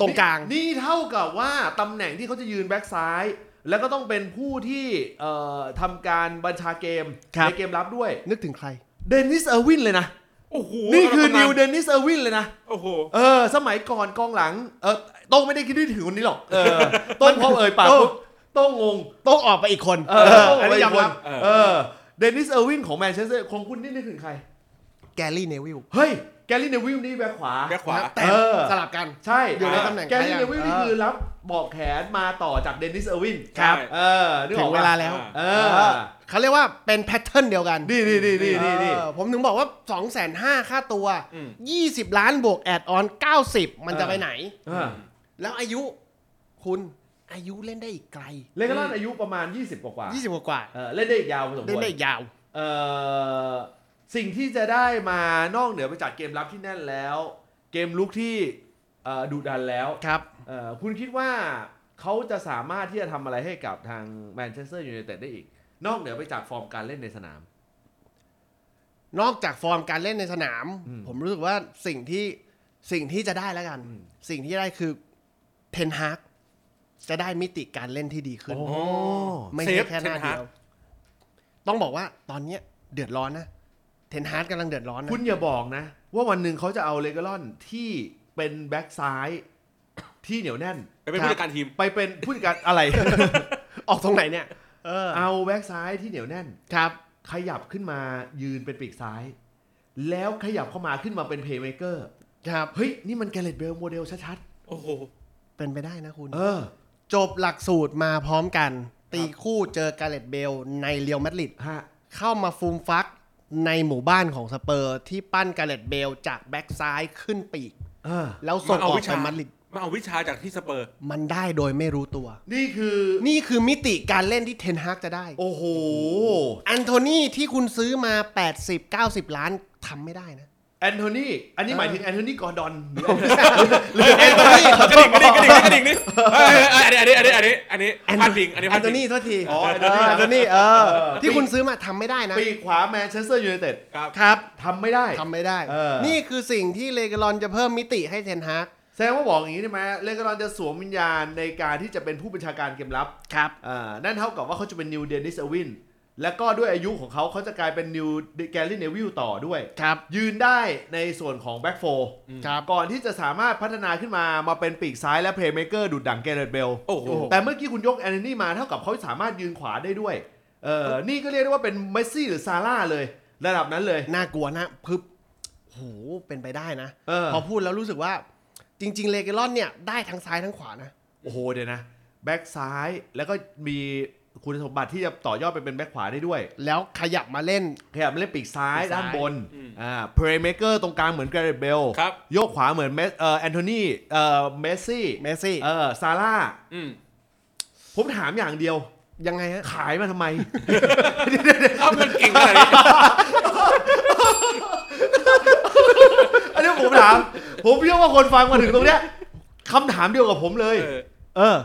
Speaker 1: ตรงกลาง
Speaker 2: นี่นี่เท่ากับว่าตำแหน่งที่เขาจะยืนแบ็กซ้าย แล้วก็ต้องเป็นผู้ที่เอ่อทำการบัญชาเกม
Speaker 1: ครับ
Speaker 2: ในเกมรับด้วย
Speaker 1: นึกถึงใคร
Speaker 2: เดนิสเออร์วินเลยนะ
Speaker 3: โอ้โห
Speaker 2: นี่คือ
Speaker 3: ตำา
Speaker 2: นิวเดนิสเออร์วินเลยนะ
Speaker 3: โอ้โห
Speaker 2: เออสมัยก่อนกองหลังเออโต้งไม่ได้คิดถึงคนนี้หรอกเออโต้งพอเอ่ยปากปุ๊บโต้งงง
Speaker 1: ต้องออกไปอีกคน
Speaker 2: เออโต้ง
Speaker 1: อัน
Speaker 2: ไป
Speaker 1: นี้ยอม
Speaker 2: ค
Speaker 1: รั
Speaker 2: น
Speaker 1: บ
Speaker 3: เออ
Speaker 2: เออเดนิสเออร์วินของแมนเชสเตอร์คงคุณนี่นึกถึงใคร
Speaker 1: แกลลี่เนวิล
Speaker 2: เฮ้ย แกลลี่เนวิลนี่แบ็คขวา
Speaker 3: แบ็คขวา
Speaker 1: แต่
Speaker 2: เออ
Speaker 1: สลับกัน
Speaker 2: ใช่
Speaker 1: อยู่ในตำแหน่ง
Speaker 2: แกลลี่เนวิล
Speaker 1: ใครอ่ะ
Speaker 2: นี่คือรับบอกแขนมาต่อจากเดนิสเออร์วิน
Speaker 1: ครับ
Speaker 2: เออนึกอ
Speaker 1: ถึ
Speaker 2: อกปะ
Speaker 1: งเวลาแล้ว
Speaker 2: เอ
Speaker 1: เอ
Speaker 2: อ
Speaker 1: อเขาเรียกว่าเป็นแพทเทิร์นเดียวกัน
Speaker 2: นี่นี่นี่นี่นี่นี่
Speaker 1: เออผมถึงบอกว่า 2 5 0 0 0ค่าตัว
Speaker 3: อืม
Speaker 1: 20 ล้านบวกแอดออน 90 มันจะไปไหน
Speaker 2: เออ
Speaker 1: แล้วอายุคุณอายุเล่นได้อีกไกล
Speaker 2: เลกาลอนอายุประมาณ 20 กว่าๆ
Speaker 1: 20 กว่า
Speaker 2: เออเล่นได้อีกยาวพอสมควร
Speaker 1: ๆเล่นได้อีกยาว
Speaker 2: เอ่อสิ่งที่จะได้มานอกเหนือไปจากเกมรับที่แน่นแล้ว เกมลุกที่เอ่อดุดันแล้ว
Speaker 1: ครับ
Speaker 2: เอ่อคุณคิดว่าเขาจะสามารถที่จะทำอะไรให้กับทางแมนเชสเตอร์ยูไนเต็ดได้อีก นอกเหนือไปจากฟอร์มการเล่นในสนาม
Speaker 1: นอกจากฟอร์มการเล่นในสนาม
Speaker 2: อืม
Speaker 1: ผมรู้สึกว่าสิ่งที่สิ่งที่จะได้แล้วกัน
Speaker 2: อืม
Speaker 1: สิ่งที่ได้คือเทนฮากจะได้มิติการเล่นที่ดีขึ้น
Speaker 2: โอ้
Speaker 1: ไม่
Speaker 3: เซ
Speaker 1: ใช่
Speaker 3: ฟ
Speaker 1: แค่หน้า
Speaker 3: เทนฮา
Speaker 1: เดี
Speaker 3: ร์ก
Speaker 1: ยว ต้องบอกว่าตอนเนี้ยเดือดร้อนนะ เทนฮาร์ดกำลังเดือดร้อนนะ
Speaker 2: คุณอย่าบอกนะ ว่าวันหนึ่งเขาจะเอาเลกาลอนที่เป็นแบ็กซ้ายที่เหนียวแน่น
Speaker 3: ไปเป็นผู้จัดการทีม
Speaker 2: ไปเป็นผู้จัดการ อะไร
Speaker 1: ออกตรงไหนเนี่ย เออ
Speaker 2: เอาแบ็กซ้ายที่เหนียวแน่น
Speaker 1: ครับ
Speaker 2: ขยับขึ้นมายืนเป็นปีกซ้าย แล้วขยับเข้ามาขึ้นมาเป็นเพย์เมเกอร์
Speaker 1: ครับ
Speaker 2: เฮ้ย นี่มันแกเรตเบลโมเดลชัด
Speaker 3: โอ้โห
Speaker 1: เป็นไปได้นะคุณ
Speaker 2: ๆ เออ
Speaker 1: จบหลักสูตรมาพร้อมกัน ตีคู่เจอการ์เล็ตเบลในเรียวมาดริด
Speaker 2: ฮะ
Speaker 1: เข้ามาฟูมฟักในหมู่บ้านของสเปอร์ที่ปั้นการ์เล็ตเบลจากแบ็กซ้ายขึ้นปีก
Speaker 2: เออ
Speaker 1: แล้วส่งออกไป
Speaker 3: มา
Speaker 1: มา
Speaker 3: เอา
Speaker 1: ด
Speaker 3: วิ
Speaker 1: ริด
Speaker 3: ชามาเอาวิชาจากที่สเปอร์
Speaker 1: มันได้โดยไม่รู้ตัว
Speaker 2: นี่คือ
Speaker 1: นี่คือมิติการเล่นที่เทนฮากจะได้
Speaker 2: โอ้โห
Speaker 1: อันโทนี่ที่คุณซื้อมา 80-90 ล้านทำไม่ได้นะ
Speaker 2: แอนโทนี อันนี้หมายถึงแอนโทนีกอร์ดอน
Speaker 1: แอนโทนี่
Speaker 3: กระดิ่งกระดิ่งกระดิ่งกระดิ่งนี่เอ้ยเอ้ยอันนี้อันนี้อันนี้อันนี้อันนี้พาดพิงอันนี้
Speaker 1: แอ
Speaker 3: พาน ด
Speaker 1: โท
Speaker 3: พิง
Speaker 1: นี่โทษที
Speaker 2: อ๋อแอนโทนี่
Speaker 1: เแอนโทนี่เออ ที่คุณซื้อมาทำไม่ได้นะ
Speaker 2: ปีกขวาแมนเชสเตอร์ยูไนเต็ด
Speaker 1: ครับ
Speaker 2: ทำไม่ได้
Speaker 1: ทำไม่ได้
Speaker 2: เออ
Speaker 1: นี่คือสิ่งที่เลกาลอนจะเพิ่มมิติให้เทนฮาก
Speaker 2: แสดงว่าบอกอย่างนี้ได้ไหมเลกาลอนจะสวมวิญญาณในการที่จะเป็นผู้บัญชาการเกมลับ
Speaker 1: ครับ
Speaker 2: อ่า นั่นเท่ากับว่าเขาจะเป็นนิวเดนิสอวิน แล้วก็ด้วยอายุของเขาเขาจะกลายเป็นนิวแกลลี่เนวิลต่อด้วย
Speaker 1: ครับ
Speaker 2: ยืนได้ในส่วนของแบ็กโฟ
Speaker 1: ครับ
Speaker 2: ก่อนที่จะสามารถพัฒนาขึ้นมามาเป็นปีกซ้ายและเพลย์เมเกอร์ดุดดังเกเรตเบล
Speaker 3: โอ้โห
Speaker 2: แต่เมื่อกี้คุณยกแอนนี่มาเท่ากับเขาสามารถยืนขวาได้ด้วย เออ นี่ก็เรียกได้ว่าเป็นเมสซี่หรือซาร่าเลย ระดับนั้นเลย
Speaker 1: น่ากลัวนะพึบโห เป็นไปได้นะ
Speaker 2: เออ
Speaker 1: พอพูดแล้วรู้สึกว่า จริง ๆ เลกาลอนเนี่ยได้ทั้งซ้ายทั้งขวานะ
Speaker 2: โอ้โห เดี๋ยวนะ แบ็กซ้ายแล้วก็มีคุณสมบัติที่จะต่อยอดไปเป็นแบ็กขวาได้ด้วย
Speaker 1: แล้วขยับมาเล่น
Speaker 2: ขยับมาเล่นปีกซ้าย
Speaker 1: ปีกซ้าย
Speaker 2: ด้านบน
Speaker 3: อืม
Speaker 2: อ่า เพลย์เมเกอร์ตรงกลางเหมือนเกเรตเบล
Speaker 3: ครับ
Speaker 2: โยกขวาเหมือนเมสเอ่อแอนโทนีเอ่อ เมสซี่
Speaker 1: เมสซี่
Speaker 2: เออ ซาร่า
Speaker 3: อืม
Speaker 2: ผมถามอย่างเดียว
Speaker 1: ยังไงฮะ
Speaker 2: ขายมาทำไม
Speaker 3: เอามันเก่งขนาดนี้
Speaker 2: อันนี้ผม ถาม ผมเชื่อว่าคนฟังมาถึงตรงเนี้ยคำถามเดียวกับผมเลย
Speaker 3: เออ
Speaker 2: เออ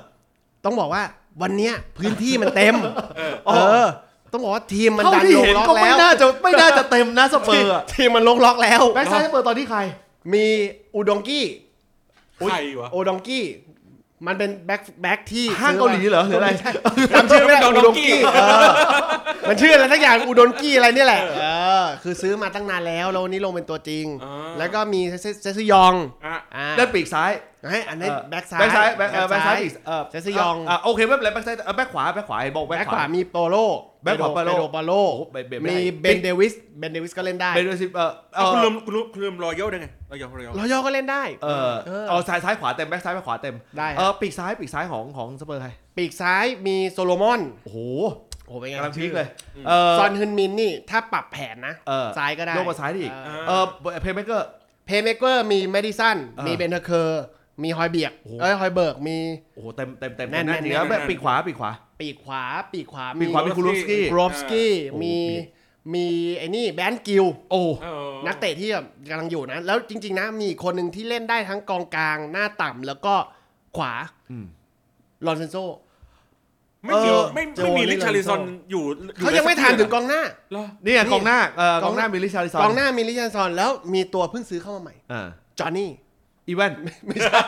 Speaker 1: ต้องบอกว่าวันเนี้ยพื้นที่มันเต็ม
Speaker 3: เออ
Speaker 1: เออ ต้องบอกว่าทีมมัน
Speaker 2: เท่า
Speaker 1: ดัน
Speaker 2: ที่
Speaker 1: ลง
Speaker 2: เห็น
Speaker 1: ล็อก
Speaker 2: ก็ไม่
Speaker 1: แล้ว
Speaker 2: น่าจะไม่น่าจะเต็มนะสเปอร์อะ
Speaker 1: ทีมมันลงล็อกแล้ว
Speaker 2: แบ็กซ้ายสเปอร์ตอนที่ใคร
Speaker 1: มีอุดงกี้
Speaker 3: ใครวะ
Speaker 1: โอดองกี้ มันเป็นแบ็คแบ็คที่
Speaker 2: ห้างเกาหลีเหรอหรืออะไร
Speaker 1: จำชื่อไม่ได้
Speaker 3: โอดองกี้
Speaker 1: เอ อมันชื่ออะไรทั้งอย่างอุดงกี้อะไรเนี่ยแหละเออคือซื้อมาตั้งนานแล้วแล้ววันนี้ลงเป็นตัวจริง
Speaker 3: อ่า
Speaker 1: แล้วก็มีเซซเซซยอง
Speaker 3: อ่ะ
Speaker 1: อ่า
Speaker 2: ด้านปีกซ้าย
Speaker 1: ให้อันนี้
Speaker 2: เออ
Speaker 1: แบ็กซ้าย
Speaker 2: แบ็กซ้ายแบ็กเอ่อแบ็กซ้ายอีกเออ
Speaker 1: เจสซี่ยอง
Speaker 2: ะโอเคไม่เป็นไรแบ็กซ้ายเอ่อแบ็กขวาแบ็กขวาเห็นบอก
Speaker 1: แบ็
Speaker 2: แบ็
Speaker 1: ก
Speaker 2: ก
Speaker 1: ขวาว
Speaker 2: ขา
Speaker 1: มีโปโล
Speaker 2: แบ็คขวา
Speaker 1: เปโด
Speaker 2: เปโล
Speaker 1: เปโล
Speaker 2: โอ้โหเบเบไม่ได้
Speaker 1: มีเบนเดวิสเบนเดวิสก็เล่นได้
Speaker 2: เบนเดอร์ซิปเออเออ
Speaker 3: คุณลืมคุณลืมคุณลืมรอยเยลได้ไงรอยเยลรอยเยล
Speaker 1: รอยอก็เล่นได้
Speaker 2: เออ
Speaker 1: เออ
Speaker 2: เอาซ้ายซ้ายขวาเต็มแบ็กซ้ายแบ็กขวาเต็ม
Speaker 1: ได้ครับ
Speaker 2: เออปีกซ้ายปีกซ้ายของของสเปอร์ใคร
Speaker 1: ปีกซ้ายมีโซโลมอน
Speaker 2: โอ้โห
Speaker 1: โอ้โหเป็นไง
Speaker 2: กำลังพีคเลยเออ
Speaker 1: ซอนฮึนมินนี่ถ้าปรับแผนนะ
Speaker 2: เออ
Speaker 1: ซ้ายก็ได้
Speaker 2: โยกมาซ้ายได้อีก เออเพย์เมเกอร์
Speaker 1: เพย์เมเกอร์มีแมดิสัน
Speaker 2: เออ
Speaker 1: มีเบนเทอร์เคอร์มีฮอยเบียก
Speaker 2: โอ้โห
Speaker 1: เอ้ยฮอยเบิร์กมี
Speaker 2: โอ้โหเต็มเต็มเต็ม
Speaker 1: แน่
Speaker 2: แน่น
Speaker 1: นแน่น
Speaker 2: จริงแล้ว
Speaker 1: แน่น
Speaker 2: แบบปีกขวาปีกขวา
Speaker 1: ปีกขวาปีกขวา
Speaker 2: ปี
Speaker 1: มี
Speaker 2: กขวามี Kulowski
Speaker 1: กรอฟสกี้
Speaker 2: โอ้โห
Speaker 1: มีมีไอ้นี่แบนกิล
Speaker 2: โอ้
Speaker 3: เออ
Speaker 1: นักเตะที่แบบกำลังอยู่นะ แล้วจริง ๆ นะ มีอีกคนหนึ่งที่เล่นได้ทั้งกองกลางหน้าต่ำแล้วก็ขวา
Speaker 2: อืม
Speaker 1: ลอนเซนโซ
Speaker 3: ไม่มี
Speaker 2: เออ
Speaker 3: ไม่
Speaker 1: โจ
Speaker 3: ไม่มี
Speaker 1: นี่
Speaker 3: ลิชาริซอน
Speaker 1: โจ
Speaker 3: อยู่อ
Speaker 1: เขายังไม่ทานถึงก
Speaker 3: อน
Speaker 1: องหน้า
Speaker 3: เหรอ
Speaker 2: นี่ไง
Speaker 1: นี่
Speaker 2: กองหน้าเออก
Speaker 1: กอ
Speaker 2: อง ง
Speaker 1: ห
Speaker 2: ห
Speaker 1: น้า
Speaker 2: น้ามีลิชาริซอน
Speaker 1: กองหน้ามีลิชันซอน แล้วมีตัวเพิ่งซื้อเข้ามาใหม่
Speaker 2: อ่า
Speaker 1: จอห์นนี่
Speaker 2: อีแวน
Speaker 1: ไม่ใช่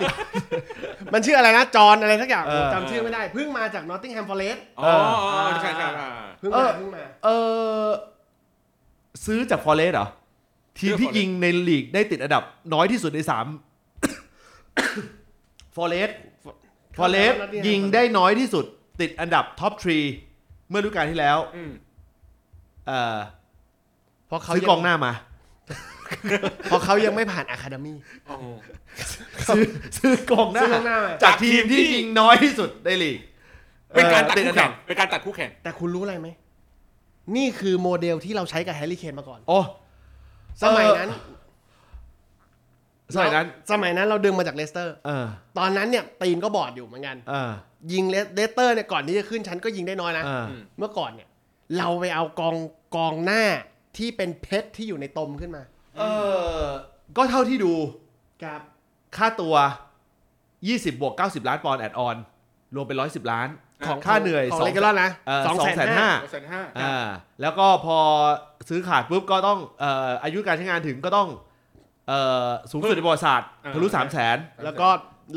Speaker 1: มันชื่ออะไรนะ จอห์นอะไรสักอย่าง
Speaker 2: เออ
Speaker 1: จำชื่อไม่ได้ เพิ่งมาจากนอตติงแฮมฟอร์เรส
Speaker 3: อ๋ออ๋อใช่ใช่ใช่
Speaker 1: เพิ่ง
Speaker 2: เอ
Speaker 1: มา
Speaker 2: อ
Speaker 1: เพิ่งมา
Speaker 2: เออซื้อจากฟอร์เรสเหรอ ทีมที่
Speaker 3: เลือก Forest
Speaker 2: ยิงในลีกได้ติดอันดับน้อยที่สุดในสาม ฟอร์เรสฟอร์เรสยิงได้น้อยที่สุด ติดอันดับท็อปทรีเมื่อฤดูกาลที่แล้ว
Speaker 3: อืม
Speaker 2: เออ
Speaker 1: เพราะเขา
Speaker 2: ซื้อกองหน้ามา
Speaker 1: เพราะเขายังไม่ผ่ านอะคาเดมี่
Speaker 3: อ๋อ
Speaker 2: ซื้อซื้อกองหน้า
Speaker 1: ซื้อกองหน้ามา
Speaker 2: จากทีมที่ยิงน้อยที่สุดในลีก
Speaker 3: เป็นการตัด
Speaker 2: อ่อ
Speaker 3: คู่
Speaker 2: อั
Speaker 3: แข่
Speaker 2: บ
Speaker 3: งเป็นการตัดคู่แข่ง
Speaker 1: แต่คุณรู้อะไรไหม นี่คือโมเดลที่เราใช้กับแฮร์รี่เคนมาก่อน
Speaker 2: โอ้
Speaker 1: สมัยนั้น
Speaker 2: สมัยนั้น
Speaker 1: สมัยนั้นเราดึงมาจากเลสเตอร์
Speaker 2: เออ
Speaker 1: ตอนนั้นเนี่ยตีนก็บอดอยู่เหมือนกัน
Speaker 2: เออ
Speaker 1: ยิงเลสเลสเตอร์เนี่ยก่อนที่จะขึ้นชั้นก็ยิงได้น้อยนะ
Speaker 2: เออ
Speaker 1: เมื่อก่อนเนี่ย เราไปเอากองกองหน้าที่เป็นเพชรที่อยู่ในตมขึ้นมา
Speaker 2: เออก็เท่าที่ดู
Speaker 1: ครับ
Speaker 2: ค่าตัว 20 บวก 90 ล้านปอนด์แอดออน รวมเป็น 110 ล้าน
Speaker 3: ของ
Speaker 2: ค่าเหนื่อย
Speaker 1: ของ
Speaker 2: สอง
Speaker 1: เลกาลอนนะ
Speaker 2: เออ
Speaker 1: สองแสนห้า
Speaker 2: 250,000
Speaker 3: แสนห้า
Speaker 2: อ่าแล้วก็พอซื้อขาดปุ๊บก็ต้องเอ่ออายุการใช้งานถึงก็ต้องเอ่อสูงสุดในประวัติศาสตร์ทะลุ3 0 0 0 0น
Speaker 1: แล้วก็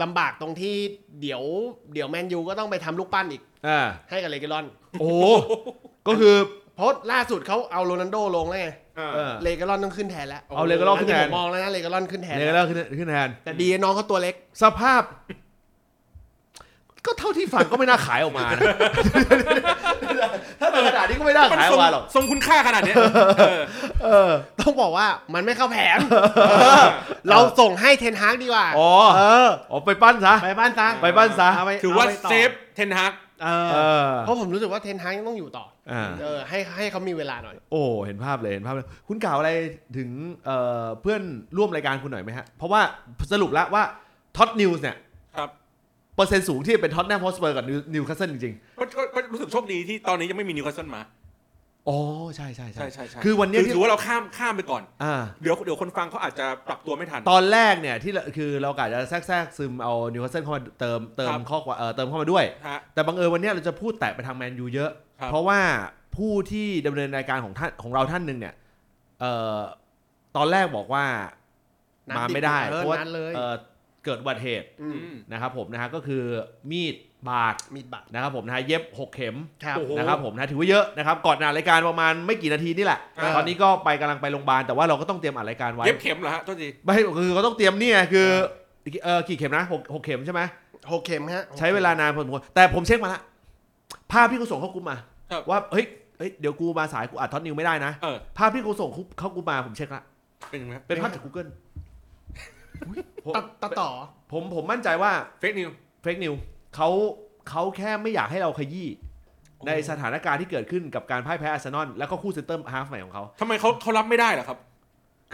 Speaker 1: ลำบากตรงที่เดี๋ยวเดี๋ยวแมนยูก็ต้องไปทำลูกปั้นอีก
Speaker 2: อ่า
Speaker 1: ให้กับเลกาลอน
Speaker 2: โอ้โหก็คือ
Speaker 1: เพราะล่าสุดเขาเอาโรนัลโดลงแล้วไง
Speaker 3: อ่า
Speaker 2: เออ
Speaker 1: เลกาลอนต้องขึ้นแทนแล้ว
Speaker 2: เอาเลกาลอนขึ้นแทน
Speaker 1: ผมมองแล้วนะเลกาลอนขึ้นแทน
Speaker 2: เนี่ยก็
Speaker 1: แล้ว
Speaker 2: เล่าขึ้นขึ้นแทน
Speaker 1: แต่ดีน้องเขาตัวเล็ก
Speaker 2: สภาพ ก็เท่าที่ฟังก็ไม่น่าขายออกมา นะ ถ้าเป็นขนาดนี้ก็ไม่น่า
Speaker 3: มัน
Speaker 2: ขายอ
Speaker 3: ทร
Speaker 2: อง กมาหรอก
Speaker 3: ทรงคุณค่าขนาดเนี้ยเออ
Speaker 1: ต้องบอกว่ามันไม่เข้าแผน เราส่งให้เทนฮากดีกว่า
Speaker 2: อ๋อ
Speaker 1: เออ
Speaker 2: อ๋อไปปั้นซะ
Speaker 1: ไปบ้านซะ
Speaker 2: ไปบ้านซะ
Speaker 1: เไป
Speaker 3: ถือว่า
Speaker 1: ไปต่
Speaker 3: เซฟเทนฮาก
Speaker 1: เอ
Speaker 2: เอ
Speaker 1: อ
Speaker 2: อ
Speaker 1: เพราะผมรู้สึกว่าเทนฮากยังต้องอยู่ต่ออา เออให้ให้เขามีเวลาหน่อย
Speaker 2: โอ้เห็นภาพเลยเห็นภาพเลย คุณกล่าวอะไรถึงเอ่อเพื่อนร่วมรายการคุณหน่อยไหมฮะ เพราะว่าสรุปแล้วว่าท็อตนิวส์เนี่ย
Speaker 3: ครับ
Speaker 2: เปอร์เซ็นต์สูงที่เป็นท็อตแนมฮอสเปอร์กับนิวคาสเซิลจริง
Speaker 3: ก็ก็ก็รู้สึกโชคดีที่ตอนนี้ยังไม่มีนิวคาสเซิลมา
Speaker 2: ๆ อ๋อ ใช่ใช่
Speaker 3: ใช่ใช่ใช่
Speaker 2: คือวันเนี้ย
Speaker 3: ถื
Speaker 2: ที่
Speaker 3: อว่าเราข้ามข้ามไปก่อน
Speaker 2: อ่า
Speaker 3: เดี๋ยวเดี๋ยวคนฟังเขาอาจจะปรับตัวไม่ทัน
Speaker 2: ตอนแรกเนี่ยที่เราคือเรากะจะแทรกแทรกซึมเอานิวคาสเซิลเข้ามาเติมเติม
Speaker 3: ครับ
Speaker 2: ข้อความเอ่อเติมเข้ามาด้วย
Speaker 3: ฮะ
Speaker 2: แต่บังเอิญวันเนี้ยเราจะพูดแตะไปทางแมนยูเยอะ
Speaker 3: ครับ
Speaker 2: เพราะว่าผู้ที่ดำเนินรายการของท่านของเราท่านหนึ่งเนี่ยเอ่อตอนแรกบอกว่า
Speaker 1: นัด
Speaker 2: มาไม่ได้
Speaker 1: ติดเออ
Speaker 2: เพราะว่า
Speaker 1: นัดเลย
Speaker 2: เอ่อเกิดอุบัติเหตุ
Speaker 1: อืม
Speaker 3: อืม
Speaker 2: นะครับผมนะฮะก็คือมีดบาด
Speaker 1: มีดบัตร
Speaker 2: นะครับผมนะฮะเย็บ 6 เข็ม
Speaker 1: ครับ
Speaker 3: โอ้โห
Speaker 2: นะครับผมนะถือว่าเยอะนะครับก่อนอ่านรายการประมาณไม่กี่นาทีนี่แหละ
Speaker 1: เออ
Speaker 2: ตอนนี้ก็ไปกำลังไปโรงพยาบาลแต่ว่าเราก็ต้องเตรียมอ่านรายการไว้
Speaker 3: เย็บเข็มเหรอฮะโทษที
Speaker 2: ไม่คือเขาต้องเตรียมเนี่ยคือเออกี่เข็มนะหกหกเข็มใช่ไหม
Speaker 1: หกเข็มฮะ
Speaker 2: ใช้เวลานานพอสมควรแต่ผมเช็คมาละภาพที่เขาส่งเข้ากลุ่มมา ว่าเฮ้ยเฮ้ยเดี๋ยวกูมาสายกูอัดท็อตนิวไม่ได้นะ
Speaker 3: เออ
Speaker 2: ภาพที่เขาส่งเข้ากลุ่มมาผมเช็คละ
Speaker 3: เป็นยังไง
Speaker 2: เป็นภาพจาก Google ผม
Speaker 1: ตัดตัดต่อ
Speaker 2: ผมผมมั่นใจว่า
Speaker 3: เฟกนิว
Speaker 2: เฟกนิวเขาเขาแค่ไม่อยากให้เราขยี้ในสถานการณ์ที่เกิดขึ้นกับการพ่ายแพ้อาร์เซนอลแล้วก็คู่เซนเตอร์ฮาล์ฟใหม่ของเขา
Speaker 3: ทำไมเขาเขารับไม่ได้เหรอครับ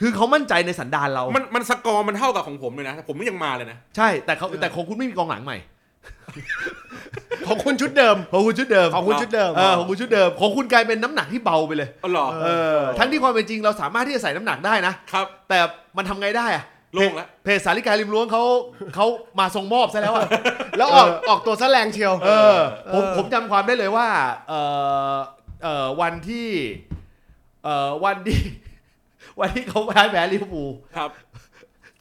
Speaker 2: คือเขามั่นใจในสันดานเราม
Speaker 3: มันมันสกอร์มันเท่ากับของผมเลยนะ ผมยังมาเลยนะ
Speaker 2: ใช่แต่เขาแต่ของคุณไม่มีกองหลังใหม่
Speaker 1: ของคุณชุดเดิม
Speaker 2: ของคุณชุดเดิม
Speaker 1: ของคุณชุดเดิม
Speaker 2: เออของคุณชุดเดิมของคุณกลายเป็นน้ำหนักที่เบาไปเลย
Speaker 3: อ๋อเหรอ
Speaker 2: เออทั้งที่ความเป็นจริงเราสามารถที่จะใส่น้ำหนักได้นะ
Speaker 3: ครับ
Speaker 2: แต่มันทำไงได้อะ
Speaker 3: โล่งละ
Speaker 2: เพจสาริการิมล้วงเขาเขามาทรงมอบซะแล้วอะ
Speaker 1: แล้วออกออกตัวซะแรงเชียว
Speaker 2: เออผม
Speaker 1: เออ
Speaker 2: ผมจำความได้เลยว่าเออเออวันที่เออวันที่ วันที่เขาแพ้แพ้ลิเวอร์พูล
Speaker 3: ครับ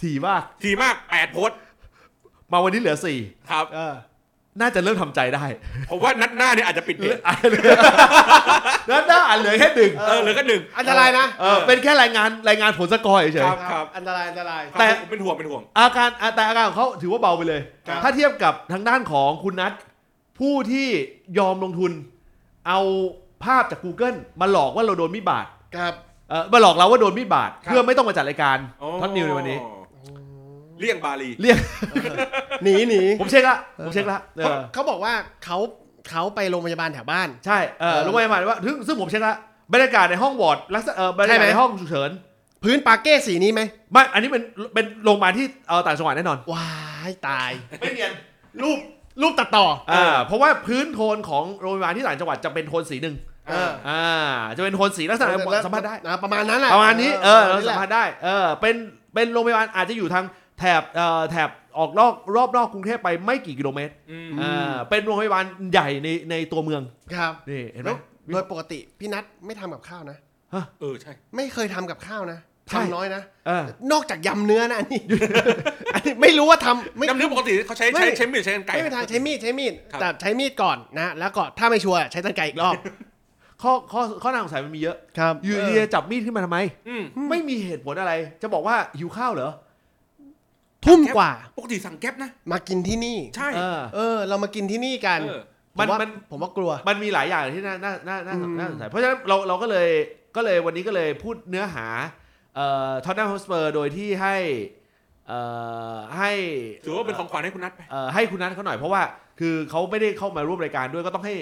Speaker 2: ถี่มาก
Speaker 3: ทีมากแปดโพสต์
Speaker 2: มาวันนี้เหลือสี่
Speaker 3: ครับ
Speaker 1: เออ
Speaker 2: น่าจะเริ่มทำใจได้
Speaker 3: ผมว่านัดหน้าเนี่ยอาจจะปิดเบรก
Speaker 2: แล้วน่าอ่านเหลือแค่หนึ่ง
Speaker 3: เออเหลือก็หนึ่ง
Speaker 1: อันตรายนะ
Speaker 2: เออเป็นแค่รายงานรายงานผลสกอร์เฉย
Speaker 3: ครับ
Speaker 1: อันตรายอันตราย
Speaker 2: แต่
Speaker 3: ผมเป็นห่วงเป็นห่วง
Speaker 2: ๆอาการอ่ะแต่อาการของเขาถือว่าเบาไปเลย
Speaker 1: ครับ
Speaker 2: ถ้าเทียบกับทางด้านของคุณนัทผู้ที่ยอมลงทุน เอาภาพจาก Google มาหลอกว่าเราโดนมีดบาด
Speaker 1: ครับ
Speaker 2: เออมาหลอกเราว่าโดนมีดบาด
Speaker 3: ครับ
Speaker 2: เพื่อไม่ต้องมาจัดรายการ
Speaker 3: โอ้
Speaker 2: ท็อตนิวในวันนี้
Speaker 3: เลี่ยงบาลี
Speaker 2: เรียก
Speaker 1: หนีหนี
Speaker 2: ผมเช็คละผมเช็คละเอ
Speaker 1: เขา
Speaker 2: อ
Speaker 1: เขาบอกว่าเขาเขาไปโรงพยาบาลแถวบ้าน
Speaker 2: ใช่เออลงมาหมายว่าซึ่งซึ่งผมเช็คละบรรยากาศในห้องวอร์ดลักษณะเออบรรยากาศ
Speaker 1: ใช่ไหม
Speaker 2: ในห้องฉุกเฉิน
Speaker 1: พื้นปาเก้สีนี้ไหม
Speaker 2: ไม่อันนี้เป็นเป็นโรงพยาบาลที่เออต่างจังหวัดแน่นอน
Speaker 1: ว้ายตาย
Speaker 2: ไม่เนียน
Speaker 1: รูปรูปตัดต่อ
Speaker 2: อ่าเพราะว่าพื้นโทนของโรงพยาบาลที่ต่างจังหวัดจะเป็นโทนสีหนึ่ง
Speaker 1: เออ
Speaker 2: อ่า จะเป็นโทนสีลักษณะสัมผัสได้
Speaker 1: นะประมาณนั้นแหละ
Speaker 2: ประมาณนี้เออเรา
Speaker 1: ปะ
Speaker 2: สัม
Speaker 1: ณ
Speaker 2: ผัส
Speaker 1: นี้แหละ
Speaker 2: ได้เออเป็นเป็นโรงพยาบาลอาจจะอยู่ทางแถบเอ่อแถบออกนอกรอบนอกกรุงเทพไปไม่กี่กิโลเมตร
Speaker 3: อืม
Speaker 2: อ่าเป็นโรงพยาบาลใหญ่ในในตัวเมือง
Speaker 1: ครับ
Speaker 2: นี่เห็นไหม
Speaker 1: แล้วโดยปกติพี่นัทไม่ทำกับข้าวนะ
Speaker 3: เออใช่
Speaker 1: ไม่เคยทำกับข้าวนะ
Speaker 2: ใช่
Speaker 1: ทำน้อยนะ
Speaker 2: เออน
Speaker 1: อกจากยำเนื้อนะอันนี้ อันนี้ไม่รู้ว่าทำไม่
Speaker 3: น้ำเนื้อปกติเขาใช้
Speaker 1: ไม่
Speaker 3: ใช้ใช้มีดใช้กันไก่
Speaker 1: ไม่เป็นทางใช้มีดใช้มีด
Speaker 3: ครับ
Speaker 1: แต่ใช้มีดก่อนนะ แล้วก็ถ้าไม่ชัวร์ใช้ตะไคร้อีกรอบ
Speaker 2: ข้อข้อข้อน่าสงสัยมันมีเยอะ
Speaker 1: ครับ
Speaker 2: อยู่ดีๆจะจับมีดขึ้นมาทำไม
Speaker 3: อืม
Speaker 2: ไม่มีเหตุผลอะไร จะบอกว่าหิวข้าวเหรอ
Speaker 1: ทุ่มกว่า
Speaker 3: ปกติสั่งแก๊ปนะ
Speaker 1: มากินที่นี่
Speaker 3: ใช่
Speaker 2: เออ
Speaker 1: เออ เรามากินที่นี่กัน
Speaker 3: เออ
Speaker 1: ผมว่า
Speaker 2: น
Speaker 1: ม
Speaker 2: มัน
Speaker 1: ผมว่ากลัว
Speaker 2: มันมีหลายอย่างที่น่าน่าน่าน่าสน
Speaker 1: อืม
Speaker 2: น่าสนใจเพราะฉะนั้นเราเราก็เลยก็เลยวันนี้ก็เลยพูดเนื้อหาเอ่อท็อตแนมฮอสเปอร์โดยที่ให้เอ่อให้
Speaker 3: ถือว่าเป็นของขวัญให้คุณนัทไป
Speaker 2: เอ่อให้คุณนัทเขาหน่อยเพราะว่าคือเขาไม่ได้เข้ามาร่วมรายการด้วยก็ต้องให้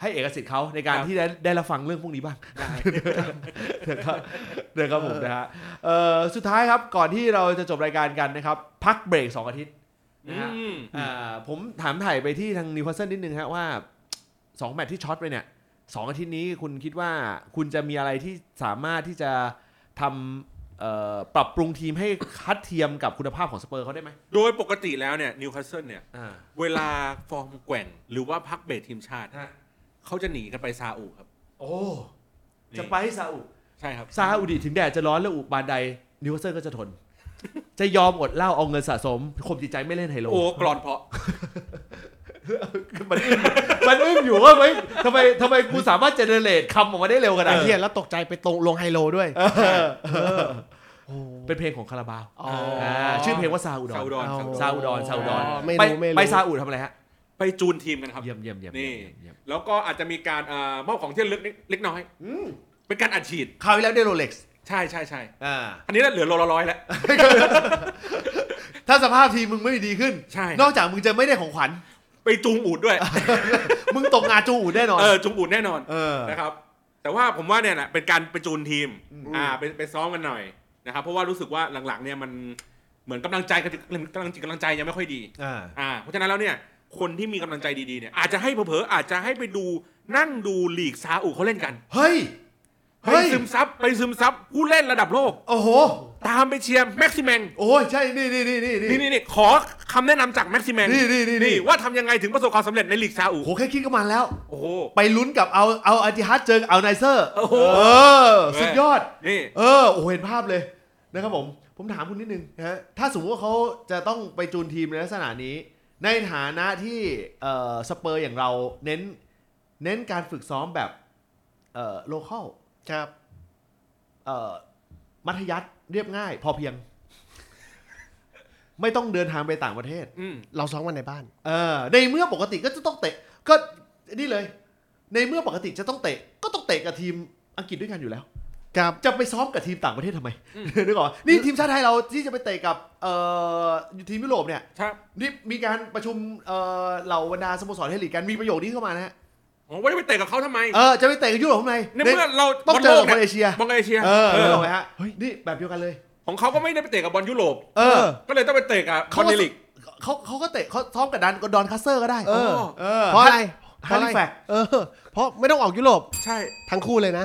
Speaker 2: ให้เอกสิทธิ์เขาในการ
Speaker 3: ครับ
Speaker 2: ที่ได้ได้รับฟังเรื่องพวกนี้บ้าง นะครับเดี๋ยวครับผมนะฮะเอ่อสุดท้ายครับก่อนที่เราจะจบรายการกันนะครับ พักเบรกสองอาทิตย์นะฮะ
Speaker 3: อืม
Speaker 2: อ่าผมถามถ่ายไปที่ทางนิวคาสเซิลนิดนึงฮะว่าสองแมตช์ที่ช็อตไปเนี่ยสองอาทิตย์นี้คุณคิดว่าคุณจะมีอะไรที่สามารถที่จะทำเอ่อปรับปรุงทีมให้คัดเทียมกับคุณภาพของสเปอร์เขาได้ไหม
Speaker 3: โดยปกติแล้วเนี่ยนิวคาสเซิลเนี่ย
Speaker 2: อ่า
Speaker 3: เวลาฟอร์มแกว่ง หรือว่าพักเบรกทีมชาติ
Speaker 2: ฮะ
Speaker 3: เขาจะหนีกันไปซาอุครับ
Speaker 2: โอ้
Speaker 3: นี่
Speaker 2: จะไปซาอุ
Speaker 3: ใช่ครับ
Speaker 2: ซาอุดิถึงแดดจะร้อนและอุบานใดนิวคาสเซิลก็จะทน จะยอมอดเหล้าเอาเงินสะสมข่มจิตใจไม่เล่นไฮโล
Speaker 3: โอ้กรอนเพราะ
Speaker 2: มันอึ้ง มันอึ้งอยู่ว่าเฮ้ยทำไมทำไมกูสามารถเจเนเรตคำออกมาได้เร็วขนา
Speaker 1: ไอ้
Speaker 2: ด
Speaker 1: เหี้
Speaker 2: นี้
Speaker 1: ยแล้วตกใจไปตรงลงไฮโลด้วยโอ้
Speaker 2: เป็นเพลงของคาราบาว
Speaker 1: อ๋อ
Speaker 3: อ่
Speaker 2: อ่าชื่อเพลงว่าซาอุดอ
Speaker 3: ซาอุด
Speaker 2: น
Speaker 3: อน
Speaker 1: เอา
Speaker 2: ซาอุดอนซาอุดอน
Speaker 1: ไม่
Speaker 2: ไป
Speaker 1: รู้ไม่รู้
Speaker 2: ไปซาอุทำอะไรฮะ
Speaker 3: ไปจูนทีมกันครับ
Speaker 2: เยี่ยมเยี่ยมเยี่ยม
Speaker 3: นี่
Speaker 2: เยี่ยมเยี่ยม
Speaker 3: แล้วก็อาจจะมีการเอ่อมอบของที่ระลึกนิดเล็กน้อยเป็นการอัดฉีด
Speaker 2: คราวที่แล้วได้โรเล็กซ์
Speaker 3: ใช่ใช่ใช่
Speaker 2: อ่า
Speaker 3: อันนี้เหลือโลละร้อยแล้ว
Speaker 2: ถ้าสภาพทีมมึงไม่ดีขึ้น
Speaker 3: ใช่
Speaker 2: นอกจากมึงจะไม่ได้ของขวัญ
Speaker 3: ไปจูงอูดด้วย
Speaker 2: มึงตกงานจูอูแน่นอน
Speaker 3: เออจูงอูดแน่นอน
Speaker 2: เออ
Speaker 3: นะครับ แต่ว่าผมว่าเนี่ยนะเป็นการไปจูนทีม
Speaker 2: อืม
Speaker 3: อ่าไปไปซ้อมกันหน่อยนะครับ เพราะว่ารู้สึกว่าหลังๆเนี่ยมันเหมือนกำลังใจกับกำลังจิตกำลังใจยังไม่ค่อยดี
Speaker 2: อ่า
Speaker 3: อ่าเพราะฉะนั้นแล้วเนี่ยคนที่มีกำลังใจดีๆเนี่ยอาจจะให้เผลอๆอาจจะให้ไปดูนั่งดูลีกซาอุเขาเล่นกัน
Speaker 2: เฮ้ย
Speaker 3: ไป
Speaker 2: เฮ้ย
Speaker 3: ซึมซับไปซึมซับผู้เล่นระดับโลก
Speaker 2: โอ้โห
Speaker 3: ตามไปเชียร์แม็กซิแมง
Speaker 2: โอ้ยใช่ นี่นี่นี่นี่
Speaker 3: นี่
Speaker 2: นี่
Speaker 3: นี่นี่ขอคำแนะนำจากแม็กซิแมง
Speaker 2: นี่นี่นี่นี่
Speaker 3: ว่าทำยังไงถึงประสบความสำเร็จในลีกซาอุ
Speaker 2: โอ้โหแค่คิดก็มันแล้ว
Speaker 3: โอ้โห
Speaker 2: ไปลุ้นกับเอาเอาอาจิฮัตเจอกับเอาไนเซอร์
Speaker 3: โอ้โห
Speaker 2: เออ สุดยอด
Speaker 3: นี่
Speaker 2: เออโอ้เห็นภาพเลยนะครับผม ผมถามคุณนิดนึงนะฮะถ้าสมมติว่าเขาจะต้องไปจูนทีมในลักษณะนี้ ในฐานะที่เอ่อสเปอร์อย่างเราเน้น เน้นการฝึกซ้อมแบบเอ่อโลเคอล
Speaker 1: ครับ
Speaker 2: เอ่อมัธยัติเรียบง่าย พอเพียง ไม่ต้องเดินทางไปต่างประเทศ
Speaker 3: อืม
Speaker 1: เราซ้อมกันในบ้าน
Speaker 2: เออในเมื่อปกติก็จะต้องเตะ ก็นี่เลย ในเมื่อปกติจะต้องเตะ ก็ต้องเตะกับทีมอังกฤษด้วยกันอยู่แล้ว
Speaker 1: ครับ
Speaker 2: จะไปซ้อมกับทีมต่างประเทศทำไม นึกออกปะนี่ทีมชาติไทยเราที่จะไปเตะกับเอ่อทีมยุโรปเนี่ย
Speaker 3: ครับ
Speaker 2: นี่มีการประชุมเอ่อเหล่าบรรดาสโมสรเฮลิกกันมีประโยคนี้เข้ามานะฮะ
Speaker 3: ผมว่าจะไปเตะกับเขาทำไม
Speaker 2: เออจะไปเตะกับยุโรปทำไม
Speaker 3: ในเมื่อเรา
Speaker 2: ต้องเจอกับ
Speaker 3: บลโล
Speaker 2: คน
Speaker 3: ก
Speaker 2: เอเชีย
Speaker 3: บอลเอเชีย
Speaker 2: เออ
Speaker 3: เออ
Speaker 2: นึกออกไหมฮะเฮ้ยนี่แบบเดียวกันเลย
Speaker 3: ของเขาก็ไม่ได้ไปเตะกับบอลยุโรป
Speaker 2: เออ
Speaker 3: ก็เลยต้องไปเตะกับคอนเนลิก
Speaker 2: เขาเขาก็เตะเขาซ้อมกับดันกับดอนคัสเซอร์ก็ได้
Speaker 1: เออ
Speaker 2: เออ
Speaker 1: เพราะอะไร
Speaker 2: ฮาริแฟก
Speaker 1: เออ เพราะไม่ต้องออกยุโรป
Speaker 3: ใช่
Speaker 1: ทั้งคู่เลยนะ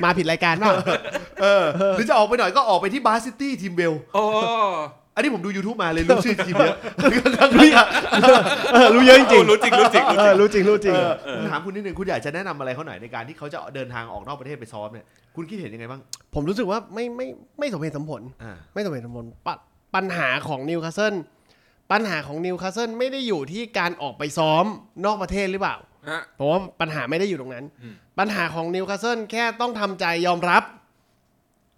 Speaker 1: มาผิดรายการเปล่า
Speaker 2: เออหรือจะออกไปหน่อยก็ออกไปที่บาซิตี้ทีมเวล
Speaker 3: โอ้
Speaker 2: อันนี้ผมดู YouTube มาเลยรู้ ชื่อทีมเยอะ รู้เยอะจริง
Speaker 3: รู้จริงรู้จริงรู้จ
Speaker 1: เอ
Speaker 3: ริ
Speaker 1: อง รู้จริงรู้จริง
Speaker 2: เออผมถามคุณนิดนึงคุณอยากจะแนะนำอะไรเขาหน่อยในการที่เขาจะเดินทางออกนอกประเทศไปซ้อมเนี่ยคุณคิดเห็นยังไงบ้าง
Speaker 1: ผมรู้สึกว่าไม่ไม่ไม่สมเหตุสมผล
Speaker 2: อ่า
Speaker 1: ไม่สมเหตุสมผลปัญปัญหาของนิวคาสเซิล ปัญหาของนิวคาสเซิลไม่ได้อยู่ที่การออกไปซ้อมนอกประเทศหรือเปล่า
Speaker 3: ฮะ
Speaker 1: ผมว่าปัญหาไม่ได้อยู่ตรงนั้น
Speaker 3: อืม
Speaker 1: ปัญหาของนิวคาสเซิลแค่ต้องทำใจยอมรับ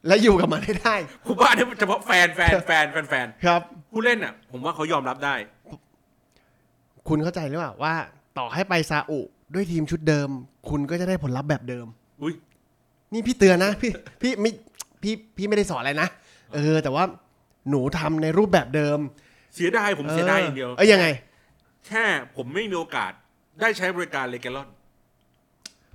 Speaker 1: และอยู่กับมันให้ได้
Speaker 3: ผมว่าอันนี้เฉพาะแฟนแฟนแฟนแฟนแฟน
Speaker 1: ครับ
Speaker 3: ผู้เล่นอ่ะ ผมว่าเขายอมรับได้
Speaker 1: คุณเข้าใจหรือเปล่าว่า ต่อให้ไปซาอุด้วยทีมชุดเดิม คุณก็จะได้ผลลัพธ์แบบเดิม
Speaker 3: อุ้ย
Speaker 1: นี่พี่เตือนนะ พี่พี่ไม่พี่พี่ไม่ได้สอนอะไรนะเออ แต่ว่าหนูทำในรูปแบบเดิม
Speaker 3: เสียดายผมเสียดายอย่างเดียว
Speaker 1: เอ้ยยังไง
Speaker 3: แค่ผมไม่มีโอกาสได้ใช้บริการเลเกลอน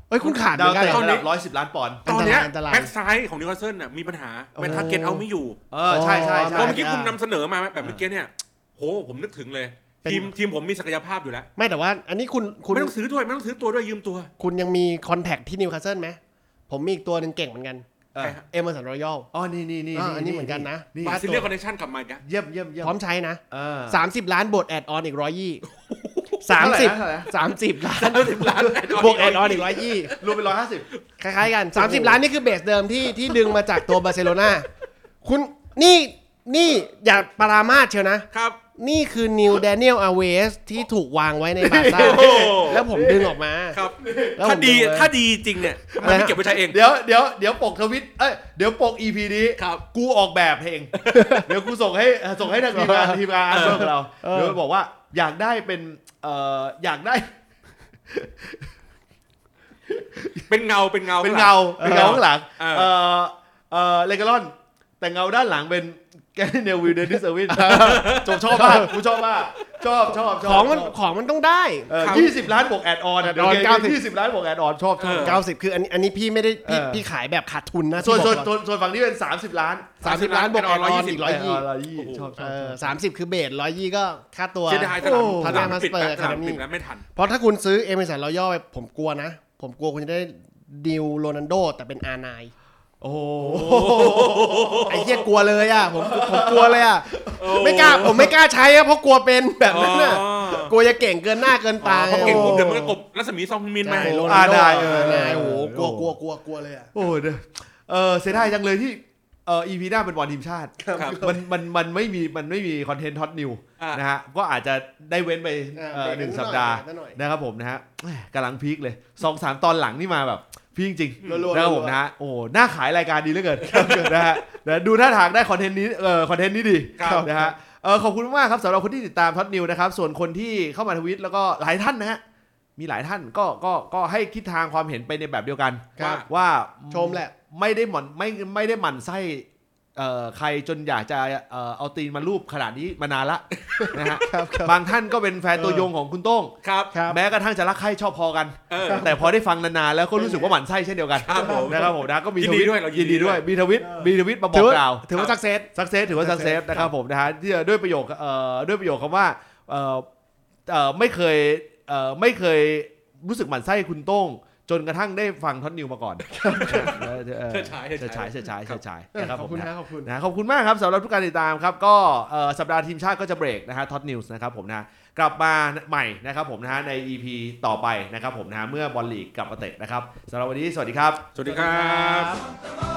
Speaker 1: เอ้ยคุณขาดเห
Speaker 2: ดา
Speaker 1: มื
Speaker 2: ว
Speaker 1: อนกัน
Speaker 2: เตะระ
Speaker 1: เหรอ
Speaker 2: ดับร้อยสิบล้านปอนด์
Speaker 1: อั
Speaker 3: ตอน
Speaker 1: นตราย
Speaker 3: เนี้ย
Speaker 1: อันตราย
Speaker 3: แบ็กซ้ายของนิวคาสเซิลน่ะมีปัญหา
Speaker 1: โอ้
Speaker 3: แมนทาร์เก็ตเอาไม่อยู่
Speaker 2: เออใช่ใช่
Speaker 1: อ๋อ
Speaker 2: ใช่
Speaker 3: เพราะเมื่อกี้
Speaker 1: ยาก
Speaker 3: คุณนำเสนอมาแบบเมื่อกี้เนี่ยโหผมนึกถึงเลย
Speaker 1: เป็น
Speaker 3: ทีมทีมผมมีศักยภาพอยู่แล้ว
Speaker 1: ไม่แต่ว่า อันนี้คุณคุณ
Speaker 3: ไม่ต้องซื้อด้วยไม่ต้องซื้อตัวด้วยยืมตัว
Speaker 1: คุณยังมีคอนแทคที่นิวคาสเซิลไหมผมมีอีกตัวหนึ่งเก่งเหมือนกัน
Speaker 2: เออ
Speaker 1: เอเมอร์สันรอยัล
Speaker 2: อ๋อนี่นี่นี่
Speaker 1: อ่าอันนี้เหมือนกันนะ
Speaker 3: บาซิเลียคอนเนคชั่นกลับมาอีกแล้ว
Speaker 2: เยี่ยมเยี่ยมเยี่ยม
Speaker 1: พร้อมใช้นะ
Speaker 2: เออ
Speaker 1: 30 ล้านบทแอดออนอีกร้อยยี่สาม
Speaker 2: เท่าไหร่
Speaker 1: สิบ
Speaker 2: นะเท่าไหร่นะ
Speaker 1: สามสิบล้าน
Speaker 3: เอาถึงล้าน
Speaker 1: บวกแอดออนอีกร้อยยี่
Speaker 2: รวมเป็นร้อยห้าสิบ
Speaker 1: คล้ายๆกัน 30 ล้านนี่คือเบสเดิมที่ที่ดึงมาจากตัวบาร์เซโลนาคุณนี่นี่อย่าปรามาสเชียวนะ
Speaker 3: ครับ
Speaker 1: นี่คือนิวแดเนียลอาเวสที่ถูกวางไว้ในบาซ่า
Speaker 3: โอ้โห
Speaker 1: แล้วผมดึงออกมา
Speaker 3: ครับ
Speaker 1: แล้วผม
Speaker 3: ถ้าดี
Speaker 1: ดูเลย
Speaker 3: ถ้าดีจริงเนี่ยทำไมันไม่เก็บไว้ใช้เอง
Speaker 2: เดี๋ยวเดี๋ยวเดี๋ยวปกทวิต เอ้ย เดี๋ยวปก EP นี้
Speaker 3: ครับ
Speaker 2: กูออกแบบ เอง เดี๋ยวกูส่งให้เอ่อส่งให้ทางทีมงานทีมงาน
Speaker 3: เออ
Speaker 2: ของเรา
Speaker 1: เออ
Speaker 2: เดี๋ยวบอกว่าอยากได้เป็น เอ่อ อยากได้
Speaker 3: เป็นเงาเป็นเงา
Speaker 2: เป็นเงา
Speaker 3: ข้
Speaker 2: เป็น
Speaker 3: หลั
Speaker 2: เงาข้างหลัง
Speaker 3: เออ
Speaker 2: เออเออเลกาลอน แต่เงาด้านหลังเป็นแกนเนลวิลเดนดิสเซอร์ วินจบชอบมากกูชอบมาก ชอบชอบช
Speaker 1: ข
Speaker 2: บ
Speaker 1: องมัน
Speaker 2: ชบ
Speaker 1: ของมันต้องได้
Speaker 2: เออยี่สิบล้านบวกแอดออนอะเดี๋ยว
Speaker 1: แอดออนเก้าสิบ
Speaker 2: ยี่สิบล้านบวกแอดออนชอบชอบ
Speaker 3: เออ
Speaker 1: 90 คืออันนี้อันนี้พี่ไม่ได้พี่
Speaker 2: เออ
Speaker 1: พี่ขายแบบขาดทุนนะ
Speaker 2: ส่วนส่วน
Speaker 1: ที่บอกก่อ
Speaker 2: ส่วนส่วนฝั่งนี้เป็น 30 ล้าน
Speaker 1: สามสิบล้านบวกแอดออนอีกร้อยยี่
Speaker 2: ร้อยยี่ชอบช
Speaker 1: เอ
Speaker 2: อบช
Speaker 1: อ
Speaker 2: อบ
Speaker 1: สามสิบคือเบสร้อยยี่ก็ค่าตัว
Speaker 3: เสียดายสนาม
Speaker 1: โอ้
Speaker 3: ส
Speaker 1: พั
Speaker 3: นาน
Speaker 1: ฒาม มาส
Speaker 3: ปิด
Speaker 1: เตอ
Speaker 3: แล้วส
Speaker 1: ร์ครั
Speaker 3: นาม
Speaker 1: บ
Speaker 3: ปิดแล้วไม่ทัน
Speaker 1: เพราะถ้าคุณซื้อเอเมสันรอย่อไปผมกลัวนะ ผมกลัวคุณจะได้ดิวโรนันโดแต่เป็นอาร์ไนน์
Speaker 2: โอ้โห
Speaker 1: ไอ้เหี้ยกลัวเลยอ่ะผมผมกลัวเลยอ่ะไม่กล้าผมไม่กล้าใช้อะเพราะกลัวเป็นแบบนั้นน่ะ
Speaker 3: อ๋อ
Speaker 1: กลัวจะเก่งเกินหน้าเกินตา
Speaker 3: เพราะเก่งปุ๊บเดี๋ยวมันก็กบรัศมีซองฮึงมินมา
Speaker 1: ใช่โรนั
Speaker 2: าน
Speaker 1: โด
Speaker 2: ได้
Speaker 1: อา
Speaker 2: เออ
Speaker 1: ร์ไนน์โอ้โหกลัวกลัวกลัวกลัวเลยอ่ะ
Speaker 2: โอ้โหเด้อเออเสียดายจังเลยที่เอออีพีหน้าเป็นวันทีมชาติ
Speaker 3: ครับ
Speaker 2: มันมันมันไม่มีมันไม่มีคอนเทนต์ท็อตนิว
Speaker 3: อ่ะ
Speaker 2: นะฮะ ก็อาจจะได้เว้นไป
Speaker 1: เออ
Speaker 2: เอ่อหนึ่ง
Speaker 1: เบ
Speaker 2: สัป
Speaker 1: รกนิดหน่อย
Speaker 2: ดาห์
Speaker 1: เบรกนิดหน่อย
Speaker 2: นะครับผมนะฮะแหม่กำลังพีคเลยสองสามตอนหลังนี่มาแบบ พีคจริง
Speaker 1: รัวๆ
Speaker 2: นะครับผมนะฮะโอ้โหน่าขายรายการดีเหลือเกิน นะฮะนะดูท่าทางได้คอนเทนต์นี้เอ่อคอนเทนต์นี้ดี
Speaker 3: ครับ
Speaker 2: นะฮะเออขอบคุณมากครับสำหรับคนที่ติดตามท็อตนิวนะครับส่วนคนที่เข้ามาทวิตแล้วก็หลายท่านนะฮะมีหลายท่านก็ก็ก็ให้คิดทางความเห็นไปในแบบเดียวกัน
Speaker 1: ครับ
Speaker 2: ว่า
Speaker 1: ชมแหละ
Speaker 2: ไม่ได้หม่อนไม่ไม่ได้หมั่นไส้เอ่อใครจนอยากจะเอ่อเอาตีนมารูปขนาดนี้มานานละ นะฮะ
Speaker 1: ครับครับ
Speaker 2: บางท่านก็เป็นแฟนตัวยงของคุณโต้ง
Speaker 3: ครับ
Speaker 1: ครับ
Speaker 2: แม้กระทั่งจะรักใครชอบพอกัน
Speaker 3: เออ
Speaker 2: แต่พอได้ฟังนานๆแล้วก็รู้สึกว่าหมั่นไส้เช่นเดียวกัน
Speaker 3: ครับผม
Speaker 2: นะครับผมนะก็มี
Speaker 3: ยินดีด้วยเรายิ
Speaker 2: ยิน
Speaker 3: นดี
Speaker 2: ดี
Speaker 3: ด้
Speaker 2: ด้ว
Speaker 3: วย ย
Speaker 2: มีทวิตมีทวิตมาบอ
Speaker 1: ถื
Speaker 2: ก
Speaker 1: ว่
Speaker 2: กล่าว
Speaker 1: ถือว่าสักเซส
Speaker 2: สักเซสถือว่าสักเซส
Speaker 1: success
Speaker 2: นะครับผมนะฮะที่ด้วยประโยคเอ่อด้วยประโยคคำว่าเอ่อเอ่อไม่เคยเอ่อไม่เคยรู้สึกหมั่นไส้คุณโต้ง จนกระทั่งได้ฟังท็อตนิวมาก่อนเออเออ
Speaker 3: เชิดฉายเชิด
Speaker 2: เฉิดฉา
Speaker 3: ฉาย ย
Speaker 2: เฉิดฉายเฉิดฉายนะครับ
Speaker 1: ข
Speaker 2: ผ
Speaker 1: อบ
Speaker 2: ม
Speaker 1: คุณ
Speaker 2: นะ
Speaker 1: นะขอบคุณ
Speaker 2: นะขอบคุณมากครับสำหรับทุกการติดตามครับก็เอ่อสัปดาห์ทีมชาติก็จะเบรกนะฮะท็อตนิวส์นะครับผมนะกลับมาใหม่นะครับผมนะฮะใน EP ต่อไปนะครับผมนะฮะเมื่อบอลลีกกลับมาเตะนะครับสำหรับวันนี้สวัสดีครับ
Speaker 3: สวัสดีครับ
Speaker 4: Santa